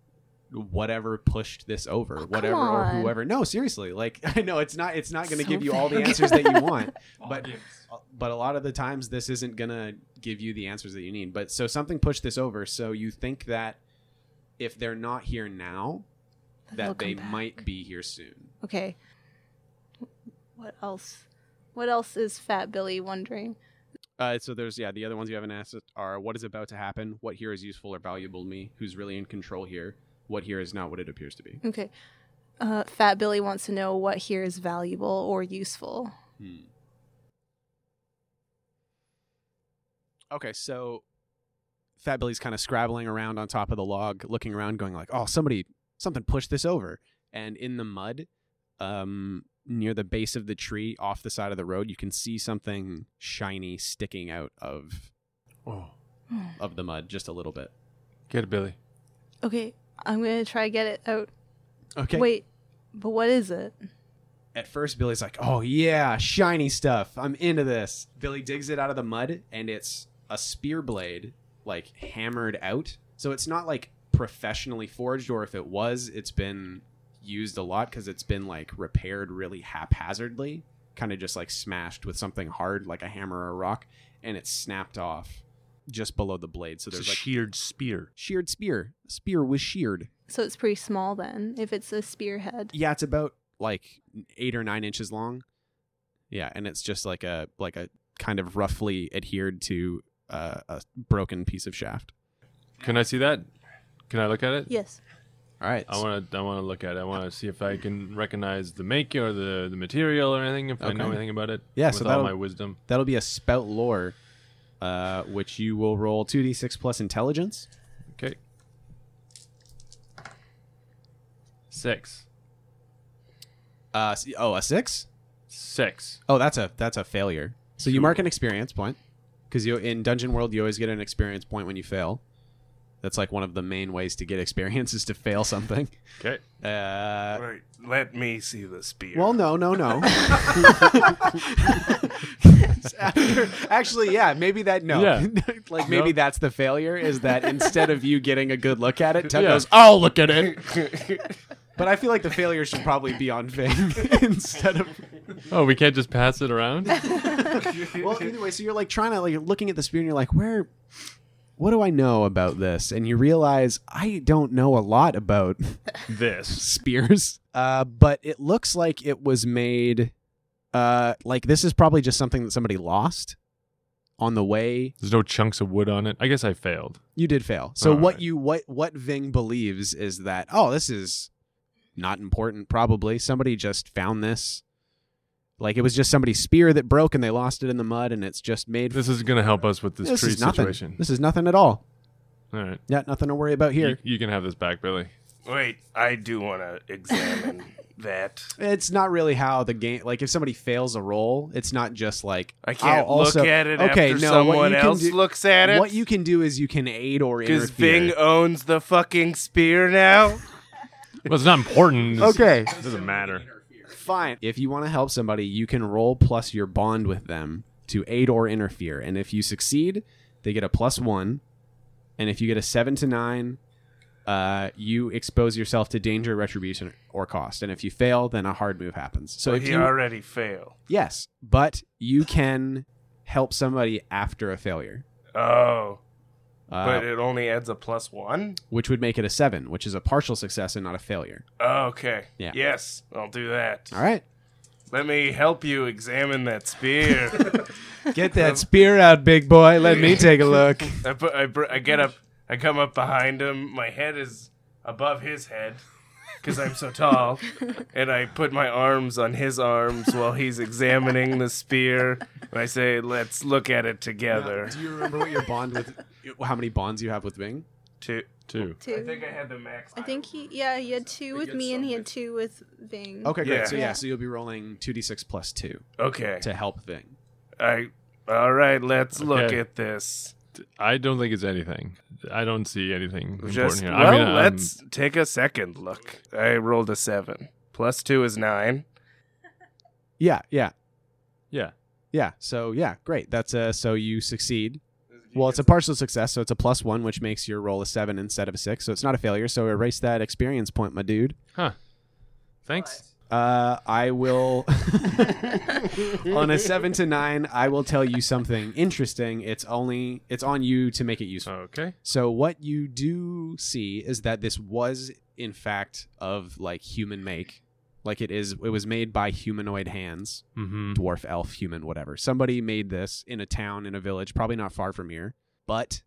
[SPEAKER 2] whatever pushed this over, whatever or
[SPEAKER 5] Oh, on.
[SPEAKER 2] whoever. No, seriously. Like [laughs] I know it's not it's not going to give you all the
[SPEAKER 5] Something.
[SPEAKER 2] answers that you
[SPEAKER 5] [laughs]
[SPEAKER 2] want, but uh, but a lot of the times this isn't going to give you the answers that you need. But so something pushed this over, so you think that if they're not here now,
[SPEAKER 5] They'll
[SPEAKER 2] that
[SPEAKER 5] come
[SPEAKER 2] they
[SPEAKER 5] back.
[SPEAKER 2] might be here soon.
[SPEAKER 5] Okay. What else? What else is Fat Billy wondering?
[SPEAKER 2] Uh, so there's yeah, the other ones you haven't asked are what is about to happen, what here is useful or valuable to me, who's really in control here, what here is not what it appears to be.
[SPEAKER 5] Okay. Uh, Fat Billy wants to know what here is valuable or useful.
[SPEAKER 2] Hmm. Okay, so Fat Billy's kind of scrabbling around on top of the log, looking around, going like, "Oh, somebody, something pushed this over." And in the mud, um, near the base of the tree, off the side of the road, you can see something shiny sticking out of
[SPEAKER 3] Oh,
[SPEAKER 2] of the mud just a little bit.
[SPEAKER 3] get it, Billy.
[SPEAKER 5] Okay, I'm gonna try to get it out.
[SPEAKER 2] Okay,
[SPEAKER 5] Wait, but what is it?
[SPEAKER 2] At first, Billy's like, "Oh yeah, shiny stuff. I'm into this." Billy digs it out of the mud, and it's a spear blade, like hammered out. So it's not like professionally forged, or if it was, it's been used a lot because it's been like repaired really haphazardly, kind of just like smashed with something hard, like a hammer or a rock, and it's snapped off just below the blade. So
[SPEAKER 3] It's a
[SPEAKER 2] there's like
[SPEAKER 3] sheared spear.
[SPEAKER 2] sheared spear. Spear was sheared.
[SPEAKER 5] So it's pretty small then, if it's a spearhead.
[SPEAKER 2] Yeah, it's about like eight or nine inches long. Yeah, and it's just like a like a kind of roughly adhered to uh, a broken piece of shaft.
[SPEAKER 3] Can I see that? Can I look at it?
[SPEAKER 5] Yes.
[SPEAKER 2] All right.
[SPEAKER 3] I want to. I want to look at it. I want to see if I can recognize the make or the, the material or anything. If I know
[SPEAKER 2] Okay.
[SPEAKER 3] anything about it.
[SPEAKER 2] Yeah,
[SPEAKER 3] With
[SPEAKER 2] so
[SPEAKER 3] all
[SPEAKER 2] that'll-
[SPEAKER 3] my wisdom.
[SPEAKER 2] That'll be a spout lore, uh, which you will roll two d six plus intelligence.
[SPEAKER 3] Okay. Six.
[SPEAKER 2] Uh, s- oh, a six.
[SPEAKER 3] Six.
[SPEAKER 2] Oh, that's a that's a failure. So you mark an experience point because you in Dungeon World you always get an experience point when you fail. That's like one of the main ways to get [laughs] experience is to fail something.
[SPEAKER 3] Okay.
[SPEAKER 2] Uh,
[SPEAKER 4] Right, let me see the spear.
[SPEAKER 2] Well, no, no, no. [laughs] Actually, yeah, maybe that no.
[SPEAKER 3] Yeah.
[SPEAKER 2] [laughs] like maybe
[SPEAKER 3] No.
[SPEAKER 2] that's the failure is that instead of you getting a good look at it, Tug
[SPEAKER 3] Yeah.
[SPEAKER 2] goes, "I'll look at it." but I feel like the failure should probably be on Ving [laughs] instead of
[SPEAKER 3] [laughs] Oh, we can't just pass it around.
[SPEAKER 2] [laughs] Well, either way, so you're like trying to like you're looking at the spear and you're like, "Where what do I know about this?" And you realize I don't know a lot about
[SPEAKER 3] this.
[SPEAKER 2] spears. Uh, but it looks like it was made. Uh, like this is probably just something that somebody lost on the way.
[SPEAKER 3] There's no chunks of wood on it. I guess I failed.
[SPEAKER 2] You did fail. So
[SPEAKER 3] All
[SPEAKER 2] what
[SPEAKER 3] right.
[SPEAKER 2] you what what Ving believes is that oh this is not important. Probably somebody just found this. Like it was just somebody's spear that broke and they lost it in the mud and it's just made.
[SPEAKER 3] This is gonna help us with this,
[SPEAKER 2] this
[SPEAKER 3] tree
[SPEAKER 2] is nothing.
[SPEAKER 3] situation.
[SPEAKER 2] This is nothing at all.
[SPEAKER 3] All right.
[SPEAKER 2] Yeah, nothing to worry about
[SPEAKER 3] You,
[SPEAKER 2] here.
[SPEAKER 3] you can have this back, Billy.
[SPEAKER 4] Wait, I do want to examine
[SPEAKER 2] [laughs]
[SPEAKER 4] that.
[SPEAKER 2] It's not really how the game. Like if somebody fails a roll, it's not just like
[SPEAKER 4] I can't
[SPEAKER 2] "I'll also,
[SPEAKER 4] look at it
[SPEAKER 2] okay,
[SPEAKER 4] after
[SPEAKER 2] no, what
[SPEAKER 4] someone
[SPEAKER 2] you can
[SPEAKER 4] else
[SPEAKER 2] do-
[SPEAKER 4] looks at it.
[SPEAKER 2] What you can do is you can aid or
[SPEAKER 4] because
[SPEAKER 2] interfere. [laughs]
[SPEAKER 4] Ving owns the fucking spear now.
[SPEAKER 3] Well, it's not important. It's-
[SPEAKER 2] okay,
[SPEAKER 3] It doesn't matter.
[SPEAKER 2] fine. If you want to help somebody, you can roll plus your bond with them to aid or interfere, and if you succeed, they get a plus one, and if you get a seven to nine, uh, you expose yourself to danger, retribution, or cost, and if you fail, then a hard move happens. So if
[SPEAKER 4] he
[SPEAKER 2] you
[SPEAKER 4] already failed.
[SPEAKER 2] yes, but you can help somebody after a failure.
[SPEAKER 4] Oh,
[SPEAKER 2] Uh,
[SPEAKER 4] but it only adds a plus one.
[SPEAKER 2] which would make it a seven, which is a partial success and not a failure.
[SPEAKER 4] Okay.
[SPEAKER 2] Yeah.
[SPEAKER 4] Yes, I'll do that.
[SPEAKER 2] All right.
[SPEAKER 4] Let me help you examine
[SPEAKER 2] [laughs]
[SPEAKER 4] that spear.
[SPEAKER 2] Get that spear out, big boy. Let me take a look.
[SPEAKER 4] I, put, I, br- I get up. I come up behind him. My head is above his head because I'm so tall.
[SPEAKER 2] [laughs]
[SPEAKER 4] and I put my arms on his arms while he's examining the spear. And I say, let's look at it together.
[SPEAKER 2] [laughs] Do you remember what your bond with how many bonds you have with Wing?
[SPEAKER 4] Two.
[SPEAKER 3] Two.
[SPEAKER 5] Two.
[SPEAKER 4] I think I had the max.
[SPEAKER 5] I think he, yeah, he had two with me and he had two with Ving.
[SPEAKER 2] Okay, great.
[SPEAKER 4] Yeah.
[SPEAKER 2] So yeah,
[SPEAKER 5] Yeah.
[SPEAKER 2] so you'll be rolling 2d6 plus 2
[SPEAKER 4] Okay.
[SPEAKER 2] to help Ving.
[SPEAKER 4] I. All right, let's look
[SPEAKER 3] Okay.
[SPEAKER 4] at this.
[SPEAKER 3] I don't think it's anything. I don't see anything important
[SPEAKER 4] Just
[SPEAKER 3] here.
[SPEAKER 4] well,
[SPEAKER 3] I mean, um, I'm-
[SPEAKER 4] let's take a second look. I rolled a seven. Plus two is nine.
[SPEAKER 2] Yeah, yeah.
[SPEAKER 3] yeah.
[SPEAKER 2] Yeah. So yeah, great. That's uh so you succeed. Well, it's a partial success, so it's a plus 1 which makes your roll a 7 instead of a 6. So it's not a failure. So erase that experience point, my dude.
[SPEAKER 3] Huh. Thanks.
[SPEAKER 2] Uh, I will [laughs] on a seven to nine. I will tell you something interesting. It's only it's on you to make it useful.
[SPEAKER 3] Okay.
[SPEAKER 2] So what you do see is that this was in fact of like human make, like it is. It was made by humanoid hands,
[SPEAKER 3] Mm-hmm.
[SPEAKER 2] dwarf, elf, human, whatever. Somebody made this in a town in a village, probably not far from here. But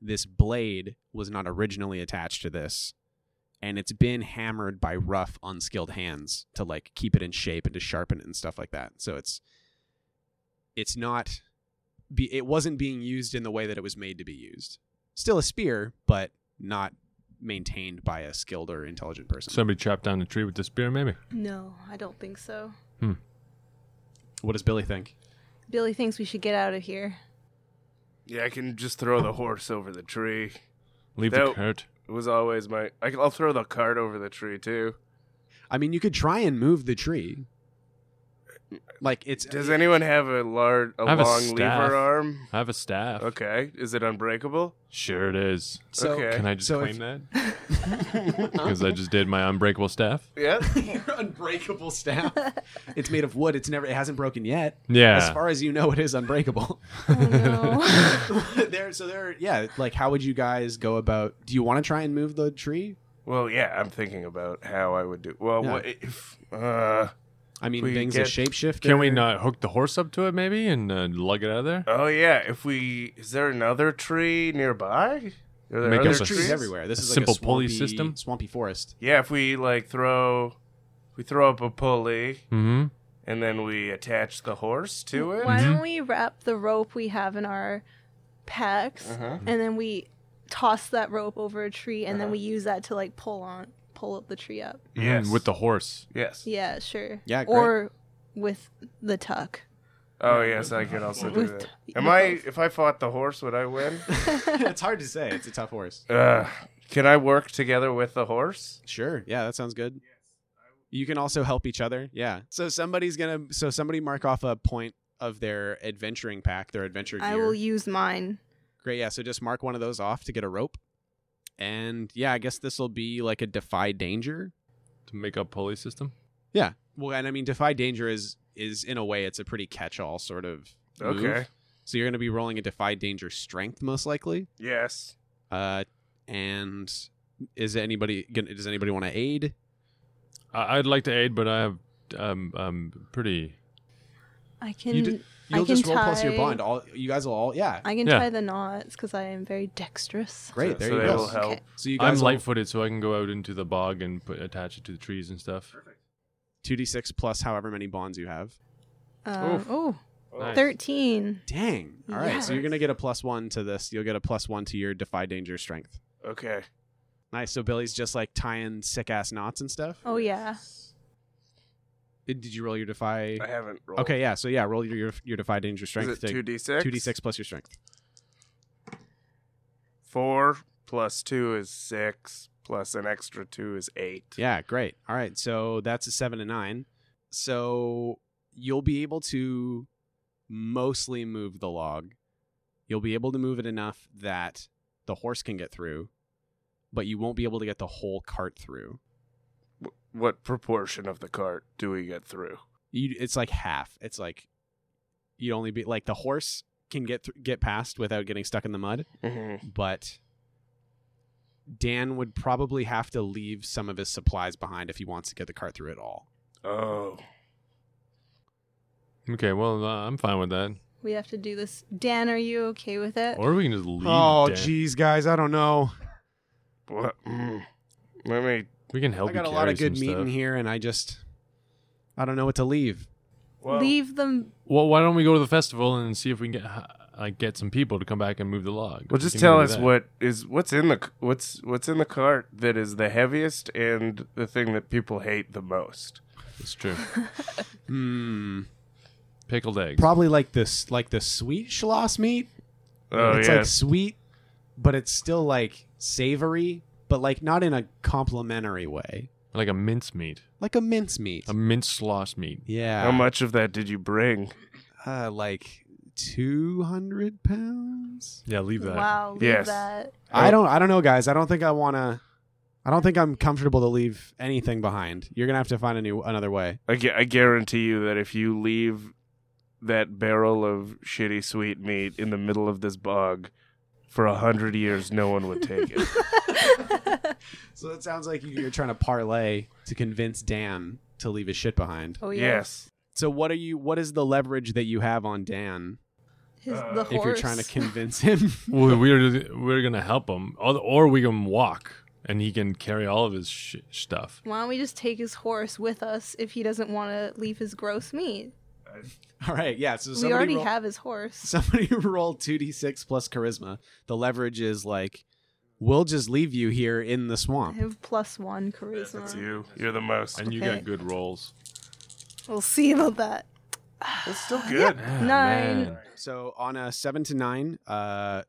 [SPEAKER 2] this blade was not originally attached to this, and it's been hammered by rough, unskilled hands to like keep it in shape and to sharpen it and stuff like that. So it's it's not be it wasn't being used in the way that it was made to be used. Still a spear, but not maintained by a skilled or intelligent person.
[SPEAKER 3] Somebody chopped down a tree with the spear, maybe.
[SPEAKER 5] No, I don't think so.
[SPEAKER 2] what does Billy think?
[SPEAKER 5] Billy thinks we should get out of here.
[SPEAKER 4] Yeah, I can just throw the horse over the tree.
[SPEAKER 3] Leave the
[SPEAKER 4] Nope.
[SPEAKER 3] cart.
[SPEAKER 4] It was always my. I- I'll throw the cart over the tree too.
[SPEAKER 2] I mean, you could try and move the tree. Like it's
[SPEAKER 4] Does anyone have a large, a
[SPEAKER 3] I have a
[SPEAKER 4] long
[SPEAKER 3] staff.
[SPEAKER 4] lever arm?
[SPEAKER 3] I have a staff.
[SPEAKER 4] Okay. Is it unbreakable?
[SPEAKER 3] Sure it is.
[SPEAKER 2] so [laughs]
[SPEAKER 4] okay.
[SPEAKER 3] Can I just
[SPEAKER 2] So
[SPEAKER 3] claim
[SPEAKER 2] if-
[SPEAKER 3] that?
[SPEAKER 2] [laughs]
[SPEAKER 3] Because I just did my unbreakable staff.
[SPEAKER 4] Yeah.
[SPEAKER 2] your unbreakable staff. it's made of wood. It's never. It hasn't broken yet.
[SPEAKER 3] Yeah.
[SPEAKER 2] As far as you know, it is unbreakable. [laughs]
[SPEAKER 5] Oh, no.
[SPEAKER 2] there. So there. Yeah. Like, how would you guys go about? Do you want to try and move the tree?
[SPEAKER 4] [laughs] Well, yeah. I'm thinking about how I would do. Well,
[SPEAKER 2] Yeah.
[SPEAKER 4] what if? Uh,
[SPEAKER 2] I mean,
[SPEAKER 4] We
[SPEAKER 2] Bing's a
[SPEAKER 4] get-
[SPEAKER 2] shapeshifter.
[SPEAKER 3] Can we not hook the horse up to it maybe and uh, lug it out of there?
[SPEAKER 4] oh yeah. If we, is there another tree nearby? Are there
[SPEAKER 3] Make
[SPEAKER 4] other
[SPEAKER 3] us a-
[SPEAKER 2] There's trees
[SPEAKER 3] Trees?
[SPEAKER 2] everywhere. This
[SPEAKER 3] A
[SPEAKER 2] is like
[SPEAKER 3] simple
[SPEAKER 2] a
[SPEAKER 3] pulley
[SPEAKER 2] swampy-
[SPEAKER 3] system?
[SPEAKER 2] swampy
[SPEAKER 4] [laughs]
[SPEAKER 2] forest.
[SPEAKER 4] Yeah. If we like throw, if we throw up a pulley
[SPEAKER 3] Mm-hmm.
[SPEAKER 4] and then we attach the horse to it.
[SPEAKER 5] Why don't we wrap the rope we have in our packs
[SPEAKER 4] Uh-huh.
[SPEAKER 5] and then we toss that rope over a tree and then
[SPEAKER 2] Uh-huh.
[SPEAKER 5] we use that to like pull on pull up the tree up.
[SPEAKER 4] Yes.
[SPEAKER 3] With the horse.
[SPEAKER 4] Yes.
[SPEAKER 5] Yeah, sure.
[SPEAKER 2] Yeah, great.
[SPEAKER 5] Or with the tuck.
[SPEAKER 4] Oh yes, I could also do
[SPEAKER 5] With-
[SPEAKER 4] that. Am I? If I fought the horse, would I win? [laughs]
[SPEAKER 2] it's hard to say. It's a tough horse.
[SPEAKER 4] uh, can I work together with the horse?
[SPEAKER 2] Sure. Yeah, that sounds good. You can also help each other. Yeah. So somebody's gonna. So somebody mark off a point of their adventuring pack, their adventure gear.
[SPEAKER 5] I will use mine.
[SPEAKER 2] Great. Yeah. So just mark one of those off to get a rope. And yeah, I guess this will be like a defy danger.
[SPEAKER 3] To make up pulley system.
[SPEAKER 2] Yeah. Well, and I mean, defy danger is is in a way it's a pretty catch-all sort of. move.
[SPEAKER 4] Okay.
[SPEAKER 2] So you're going to be rolling a defy danger strength most likely.
[SPEAKER 4] Yes.
[SPEAKER 2] Uh, and is anybody gonna- does anybody want to aid?
[SPEAKER 3] I- I'd like to aid, but I have um um pretty
[SPEAKER 5] I can
[SPEAKER 2] you do- you'll
[SPEAKER 5] I can
[SPEAKER 2] just roll plus your
[SPEAKER 5] tie-
[SPEAKER 2] bond. All you guys will all yeah.
[SPEAKER 5] I can
[SPEAKER 3] Yeah.
[SPEAKER 5] tie the knots cuz I am very dexterous.
[SPEAKER 2] Great. There
[SPEAKER 4] so
[SPEAKER 2] you
[SPEAKER 4] they will
[SPEAKER 2] go.
[SPEAKER 4] help.
[SPEAKER 5] Okay.
[SPEAKER 2] So you
[SPEAKER 3] I'm
[SPEAKER 2] guys will-
[SPEAKER 3] light-footed, so I can go out into the bog and put, attach it to the trees and stuff.
[SPEAKER 2] 2d6 plus however many bonds you have.
[SPEAKER 5] Um,
[SPEAKER 3] Oof.
[SPEAKER 5] oh,
[SPEAKER 3] Nice.
[SPEAKER 5] 13.
[SPEAKER 2] Dang. All right. So you're
[SPEAKER 5] Yes.
[SPEAKER 2] going to get a plus 1 to this. You'll get a plus 1 to your defy danger strength.
[SPEAKER 4] Okay.
[SPEAKER 2] Nice. So Billy's just like tying sick ass knots and stuff.
[SPEAKER 5] Oh yeah.
[SPEAKER 2] Did you roll your defy?
[SPEAKER 4] I haven't rolled.
[SPEAKER 2] Okay, yeah. So yeah, roll your your, your defy danger
[SPEAKER 4] Is
[SPEAKER 2] strength.
[SPEAKER 4] it
[SPEAKER 2] to-
[SPEAKER 4] two d six?
[SPEAKER 2] 2d6 plus your strength.
[SPEAKER 4] Four plus two is six. Plus an extra two is eight.
[SPEAKER 2] Yeah, great. All right, so that's a seven and nine. So you'll be able to mostly move the log. You'll be able to move it enough that the horse can get through, but you won't be able to get the whole cart through.
[SPEAKER 4] Wh- What proportion of the cart do we get through?
[SPEAKER 2] You, it's like half. It's like you'd only be like the horse can get thr get past without getting stuck in the mud.
[SPEAKER 4] Mm-hmm.
[SPEAKER 2] but Dan would probably have to leave some of his supplies behind if he wants to get the cart through at all.
[SPEAKER 4] Oh.
[SPEAKER 3] Okay, well uh, I'm fine with that.
[SPEAKER 5] We have to do this. Dan, are you okay with it?
[SPEAKER 3] Or we can just leave. Dan.
[SPEAKER 2] jeez, Oh, guys, I don't know.
[SPEAKER 4] What? Mm. Let me.
[SPEAKER 3] We can help.
[SPEAKER 2] I got
[SPEAKER 3] you
[SPEAKER 2] a lot of
[SPEAKER 3] carry
[SPEAKER 2] good
[SPEAKER 3] some
[SPEAKER 2] meat in
[SPEAKER 3] stuff.
[SPEAKER 2] here, and I just I don't know what to leave.
[SPEAKER 4] Well,
[SPEAKER 5] Leave them.
[SPEAKER 3] Well, why don't we go to the festival and see if we can get like get some people to come back and move the log? We
[SPEAKER 4] Well, just
[SPEAKER 3] can
[SPEAKER 4] tell
[SPEAKER 3] do
[SPEAKER 4] us
[SPEAKER 3] that.
[SPEAKER 4] what is what's in the c- what's what's in the cart that is the heaviest and the thing that people hate the most.
[SPEAKER 3] It's
[SPEAKER 5] [laughs]
[SPEAKER 3] true.
[SPEAKER 2] Hmm.
[SPEAKER 3] Pickled eggs.
[SPEAKER 2] Probably like this, like the sweet schloss meat.
[SPEAKER 4] Oh
[SPEAKER 2] it's
[SPEAKER 4] yeah.
[SPEAKER 2] like sweet, but it's still like savory, but like not in a complimentary way,
[SPEAKER 3] like a mince meat,
[SPEAKER 2] like a mince meat.
[SPEAKER 3] a mince slosh meat.
[SPEAKER 2] yeah,
[SPEAKER 4] How much of that did you bring?
[SPEAKER 2] Uh, like two hundred pounds.
[SPEAKER 3] Yeah, leave that.
[SPEAKER 5] Wow. Leave
[SPEAKER 4] Yes.
[SPEAKER 5] that.
[SPEAKER 2] I don't I don't know guys. I don't think I want to I don't think I'm comfortable to leave anything behind. You're going to have to find a new another way.
[SPEAKER 4] I, gu- I guarantee you that if you leave that barrel of shitty sweet meat in the middle of this bog for a hundred years, no one would take it.
[SPEAKER 2] So it sounds like you're trying to parlay to convince Dan to leave his shit behind.
[SPEAKER 5] Oh yeah.
[SPEAKER 4] yes.
[SPEAKER 2] So what are you what is the leverage that you have on Dan
[SPEAKER 5] His,
[SPEAKER 3] Uh,
[SPEAKER 5] the horse.
[SPEAKER 2] if you're
[SPEAKER 5] [laughs]
[SPEAKER 2] trying to convince him? [laughs]
[SPEAKER 3] Well, we're we're gonna help him, or, or we can walk and he can carry all of his sh- stuff.
[SPEAKER 5] Why don't we just take his horse with us if he doesn't want to leave his gross meat?
[SPEAKER 2] All right, yeah. So
[SPEAKER 5] we
[SPEAKER 2] somebody
[SPEAKER 5] already
[SPEAKER 2] roll,
[SPEAKER 5] have his
[SPEAKER 2] [laughs]
[SPEAKER 5] horse.
[SPEAKER 2] somebody roll 2d6 plus charisma. The leverage is like we'll just leave you here in the
[SPEAKER 5] I
[SPEAKER 2] swamp.
[SPEAKER 5] have plus one charisma.
[SPEAKER 4] It's you. You're the most.
[SPEAKER 3] And you
[SPEAKER 5] Okay.
[SPEAKER 3] got good rolls.
[SPEAKER 5] We'll see about that.
[SPEAKER 4] It's still good.
[SPEAKER 3] Ah,
[SPEAKER 5] Nine.
[SPEAKER 3] man.
[SPEAKER 2] So on a seven to nine, uh,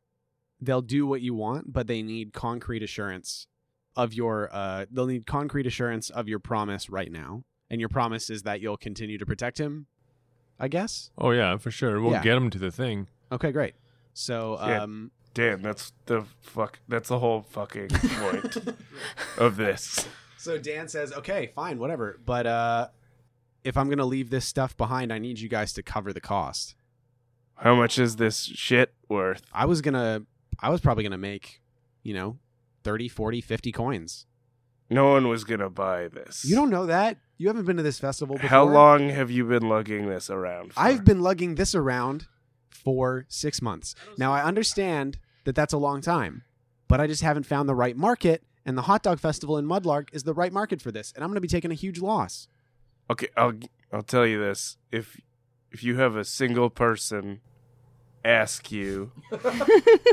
[SPEAKER 2] they'll do what you want, but they need concrete assurance of your. Uh, they'll need concrete assurance of your promise right now, and your promise is that you'll continue to protect him I guess.
[SPEAKER 3] Oh yeah, for sure. We'll 'em
[SPEAKER 2] Yeah.
[SPEAKER 3] get them to the thing.
[SPEAKER 2] Okay, great. So,
[SPEAKER 4] Yeah.
[SPEAKER 2] um,
[SPEAKER 4] Damn, that's the fuck. That's the whole fucking point of this.
[SPEAKER 2] so Dan says, "Okay, fine, whatever, but uh, if I'm gonna leave this stuff behind, I need you guys to cover the cost.
[SPEAKER 4] How much is this shit worth?
[SPEAKER 2] I was gonna, I was probably gonna make, you know, 30, 40, 50 coins.
[SPEAKER 4] No one was gonna buy this.
[SPEAKER 2] You don't know that. You haven't been to this festival before.
[SPEAKER 4] How long have you been lugging this around? For?
[SPEAKER 2] I've been lugging this around for six months. Now, I understand that that's a long time, but I just haven't found the right market, and the hot dog festival in Mudlark is the right market for this, and I'm going to be taking a huge loss.
[SPEAKER 4] Okay, I'll I'll tell you this. If if you have a single person ask you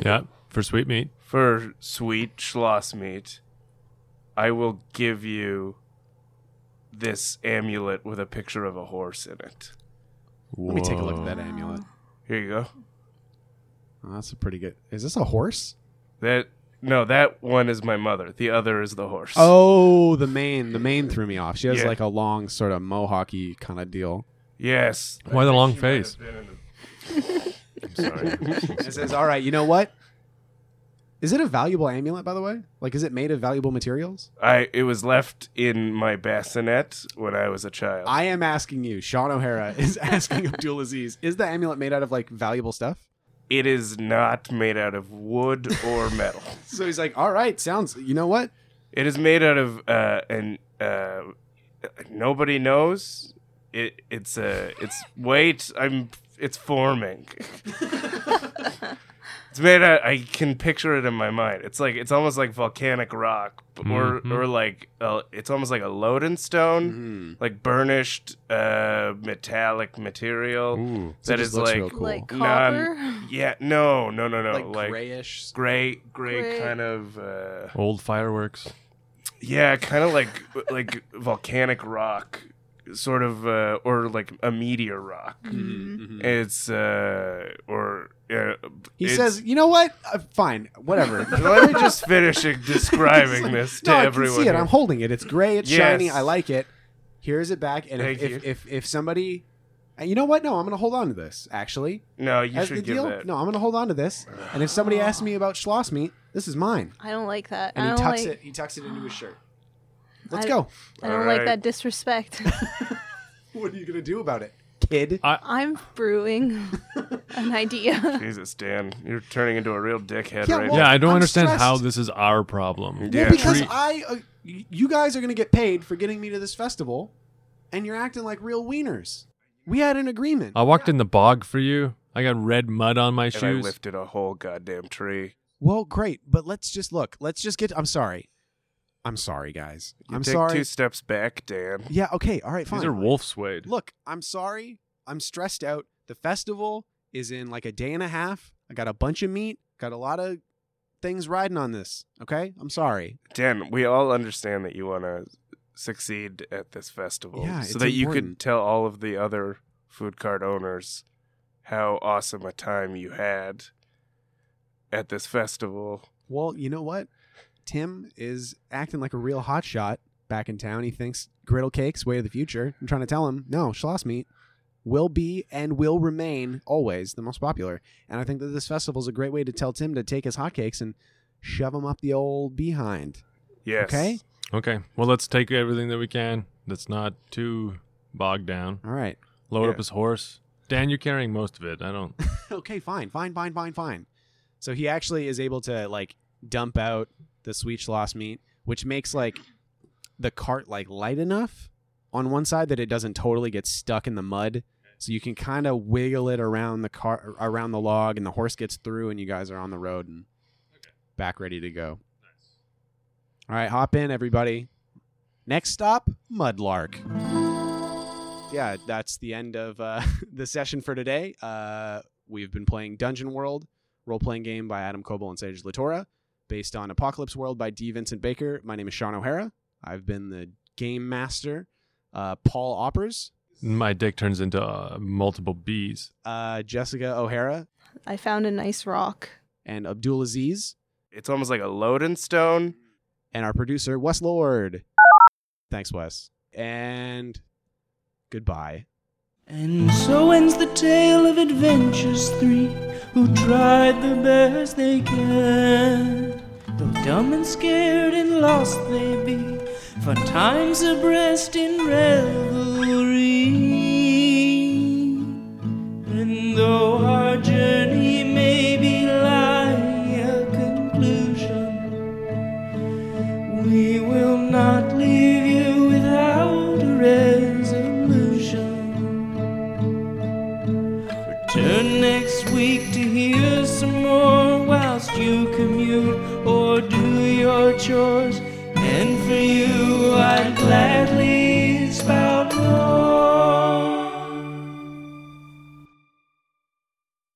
[SPEAKER 3] yeah, for sweet meat.
[SPEAKER 4] for sweet schloss meat, I will give you this amulet with a picture of a horse in it.
[SPEAKER 2] Let me take a look at
[SPEAKER 3] Whoa.
[SPEAKER 2] that amulet.
[SPEAKER 4] Here you go.
[SPEAKER 2] Oh, that's a pretty good. Is this a horse?
[SPEAKER 4] That no, that one is my mother. The other is the horse.
[SPEAKER 2] Oh, the mane. The mane threw me off. She has
[SPEAKER 4] Yeah.
[SPEAKER 2] like a long, sort of mohawky kind of deal.
[SPEAKER 4] yes.
[SPEAKER 3] Why the long face?
[SPEAKER 4] [laughs] I'm sorry.
[SPEAKER 2] It says, "All right, you know what? Is it a valuable amulet, by the way? Like, is it made of valuable materials?"
[SPEAKER 4] I it was left in my bassinet when I was a child.
[SPEAKER 2] I am asking you. Sean O'Hara [laughs] is asking Abdul Aziz, is the amulet made out of like valuable stuff?
[SPEAKER 4] it is not made out of wood or metal.
[SPEAKER 2] So he's like, all right, sounds, you know what?
[SPEAKER 4] It is made out of uh, an uh, nobody knows. It it's a it's wait I'm it's forming. it's made out. I can picture it in my mind. It's like it's almost like volcanic rock, b- or
[SPEAKER 3] Mhm.
[SPEAKER 4] or like uh, it's almost like a lodestone, like burnished uh, metallic material
[SPEAKER 3] Ooh.
[SPEAKER 2] So it
[SPEAKER 4] that
[SPEAKER 2] just
[SPEAKER 4] is
[SPEAKER 2] looks
[SPEAKER 4] like
[SPEAKER 2] real cool.
[SPEAKER 5] Like
[SPEAKER 4] Non-
[SPEAKER 5] copper?
[SPEAKER 4] yeah no no no no Oh, like,
[SPEAKER 2] grayish.
[SPEAKER 4] gray gray,
[SPEAKER 5] Gray.
[SPEAKER 4] kind of uh,
[SPEAKER 3] Old fireworks.
[SPEAKER 4] yeah kind of like [laughs] like volcanic rock sort of uh, or like a meteor rock
[SPEAKER 2] Hmm.
[SPEAKER 5] Mm-hmm.
[SPEAKER 4] it's uh or uh,
[SPEAKER 2] He
[SPEAKER 4] it's-
[SPEAKER 2] says, you know what? Uh, fine, whatever.
[SPEAKER 4] [laughs] let me [laughs] just finish
[SPEAKER 2] [laughs]
[SPEAKER 4] it describing this to
[SPEAKER 2] no, I can
[SPEAKER 4] everyone
[SPEAKER 2] see it.
[SPEAKER 4] here.
[SPEAKER 2] I'm holding it. It's gray. It's
[SPEAKER 4] Yes.
[SPEAKER 2] shiny. I like it. Here's it back. And if,
[SPEAKER 4] Thank
[SPEAKER 2] if,
[SPEAKER 4] you.
[SPEAKER 2] if, if somebody, and you know what? No, I'm going to hold on to this, actually.
[SPEAKER 4] no you
[SPEAKER 2] As
[SPEAKER 4] should
[SPEAKER 2] the
[SPEAKER 4] give
[SPEAKER 2] deal?
[SPEAKER 4] that
[SPEAKER 2] No, I'm going to hold on to this. And if somebody asks me about Schloss meat, this is mine.
[SPEAKER 5] I don't like that.
[SPEAKER 2] And
[SPEAKER 5] I
[SPEAKER 2] he
[SPEAKER 5] don't
[SPEAKER 2] tucks
[SPEAKER 5] like,
[SPEAKER 2] it. He tucks it into his shirt. Let's
[SPEAKER 5] I-
[SPEAKER 2] go.
[SPEAKER 5] I don't
[SPEAKER 4] All
[SPEAKER 5] like
[SPEAKER 4] right.
[SPEAKER 2] [laughs]
[SPEAKER 5] that disrespect.
[SPEAKER 2] What are you going to do about it, kid?
[SPEAKER 5] I'm brewing an
[SPEAKER 2] [laughs]
[SPEAKER 5] idea.
[SPEAKER 4] jesus dan you're turning into a real dickhead
[SPEAKER 2] Yeah,
[SPEAKER 4] right
[SPEAKER 2] well- [laughs]
[SPEAKER 4] now
[SPEAKER 3] yeah, I don't
[SPEAKER 2] I'm
[SPEAKER 3] understand how
[SPEAKER 2] stressed.
[SPEAKER 3] this is our problem.
[SPEAKER 4] Yeah.
[SPEAKER 2] Well, because
[SPEAKER 3] Treat-
[SPEAKER 2] I, uh, y- you guys are going to get paid for getting me to this festival, and you're acting like real wieners. We had an agreement.
[SPEAKER 3] I walked in the bog for you. I got red mud on my
[SPEAKER 4] and i
[SPEAKER 3] shoes.
[SPEAKER 4] lifted a whole goddamn tree
[SPEAKER 2] well, great, but let's just look. Let's just get. I'm sorry. I'm sorry, guys.
[SPEAKER 4] you
[SPEAKER 2] I'm
[SPEAKER 4] take
[SPEAKER 2] sorry.
[SPEAKER 4] two steps back dan
[SPEAKER 2] Yeah. Okay. All right. Fine.
[SPEAKER 3] These are wolf suede.
[SPEAKER 2] Look, I'm sorry. I'm stressed out. The festival is in like a day and a half. I got a bunch of meat. Got a lot of things riding on this. Okay. I'm sorry.
[SPEAKER 4] Dan, we all understand that you want to succeed at this festival,
[SPEAKER 2] Yeah, it's
[SPEAKER 4] so that you
[SPEAKER 2] important.
[SPEAKER 4] could tell all of the other food cart owners how awesome a time you had at this festival.
[SPEAKER 2] Well, you know what? Tim is acting like a real hotshot back in town. He thinks griddle cakes, way of the future. I'm trying to tell him, no, schloss meat will be and will remain always the most popular. And I think that this festival is a great way to tell Tim to take his hotcakes and shove them up the old behind.
[SPEAKER 4] Yes.
[SPEAKER 2] Okay.
[SPEAKER 3] Okay, well, let's take everything that we can that's not too bogged down.
[SPEAKER 2] All right.
[SPEAKER 3] Load
[SPEAKER 4] Yeah.
[SPEAKER 3] up his horse. Dan, you're carrying most of it. I don't.
[SPEAKER 2] [laughs] okay, fine, fine, fine, fine, fine. So he actually is able to like dump out the sweet schloss meat, which makes like the cart like light enough on one side that it doesn't totally get stuck in the mud. So you can kind of wiggle it around the car around the log, and the horse gets through, and you guys are on the road and back ready to go. All right, hop in, everybody. Next stop, Mudlark yeah, that's the end of uh, [laughs] the session for today. Uh, we've been playing Dungeon World, role playing game by Adam Coble and Sage Latora, based on Apocalypse World by D. Vincent Baker. My name is Sean O'Hara. I've been the game master. Uh, Paul Oppers,
[SPEAKER 3] My dick turns into uh, multiple bees.
[SPEAKER 2] uh, Jessica O'Hara,
[SPEAKER 5] I found a nice rock.
[SPEAKER 2] and Abdul Aziz,
[SPEAKER 4] It's almost like a lodestone.
[SPEAKER 2] and our producer, Wes Lord. Thanks, Wes. And goodbye.
[SPEAKER 1] And so ends the tale of adventures three who tried the best they can. Though dumb and scared and lost they be, for time's abreast in revelry. And though our journey may be lie a conclusion, we will not leave you without a resolution. Return next week to hear some more whilst you commute or do your chores. And for you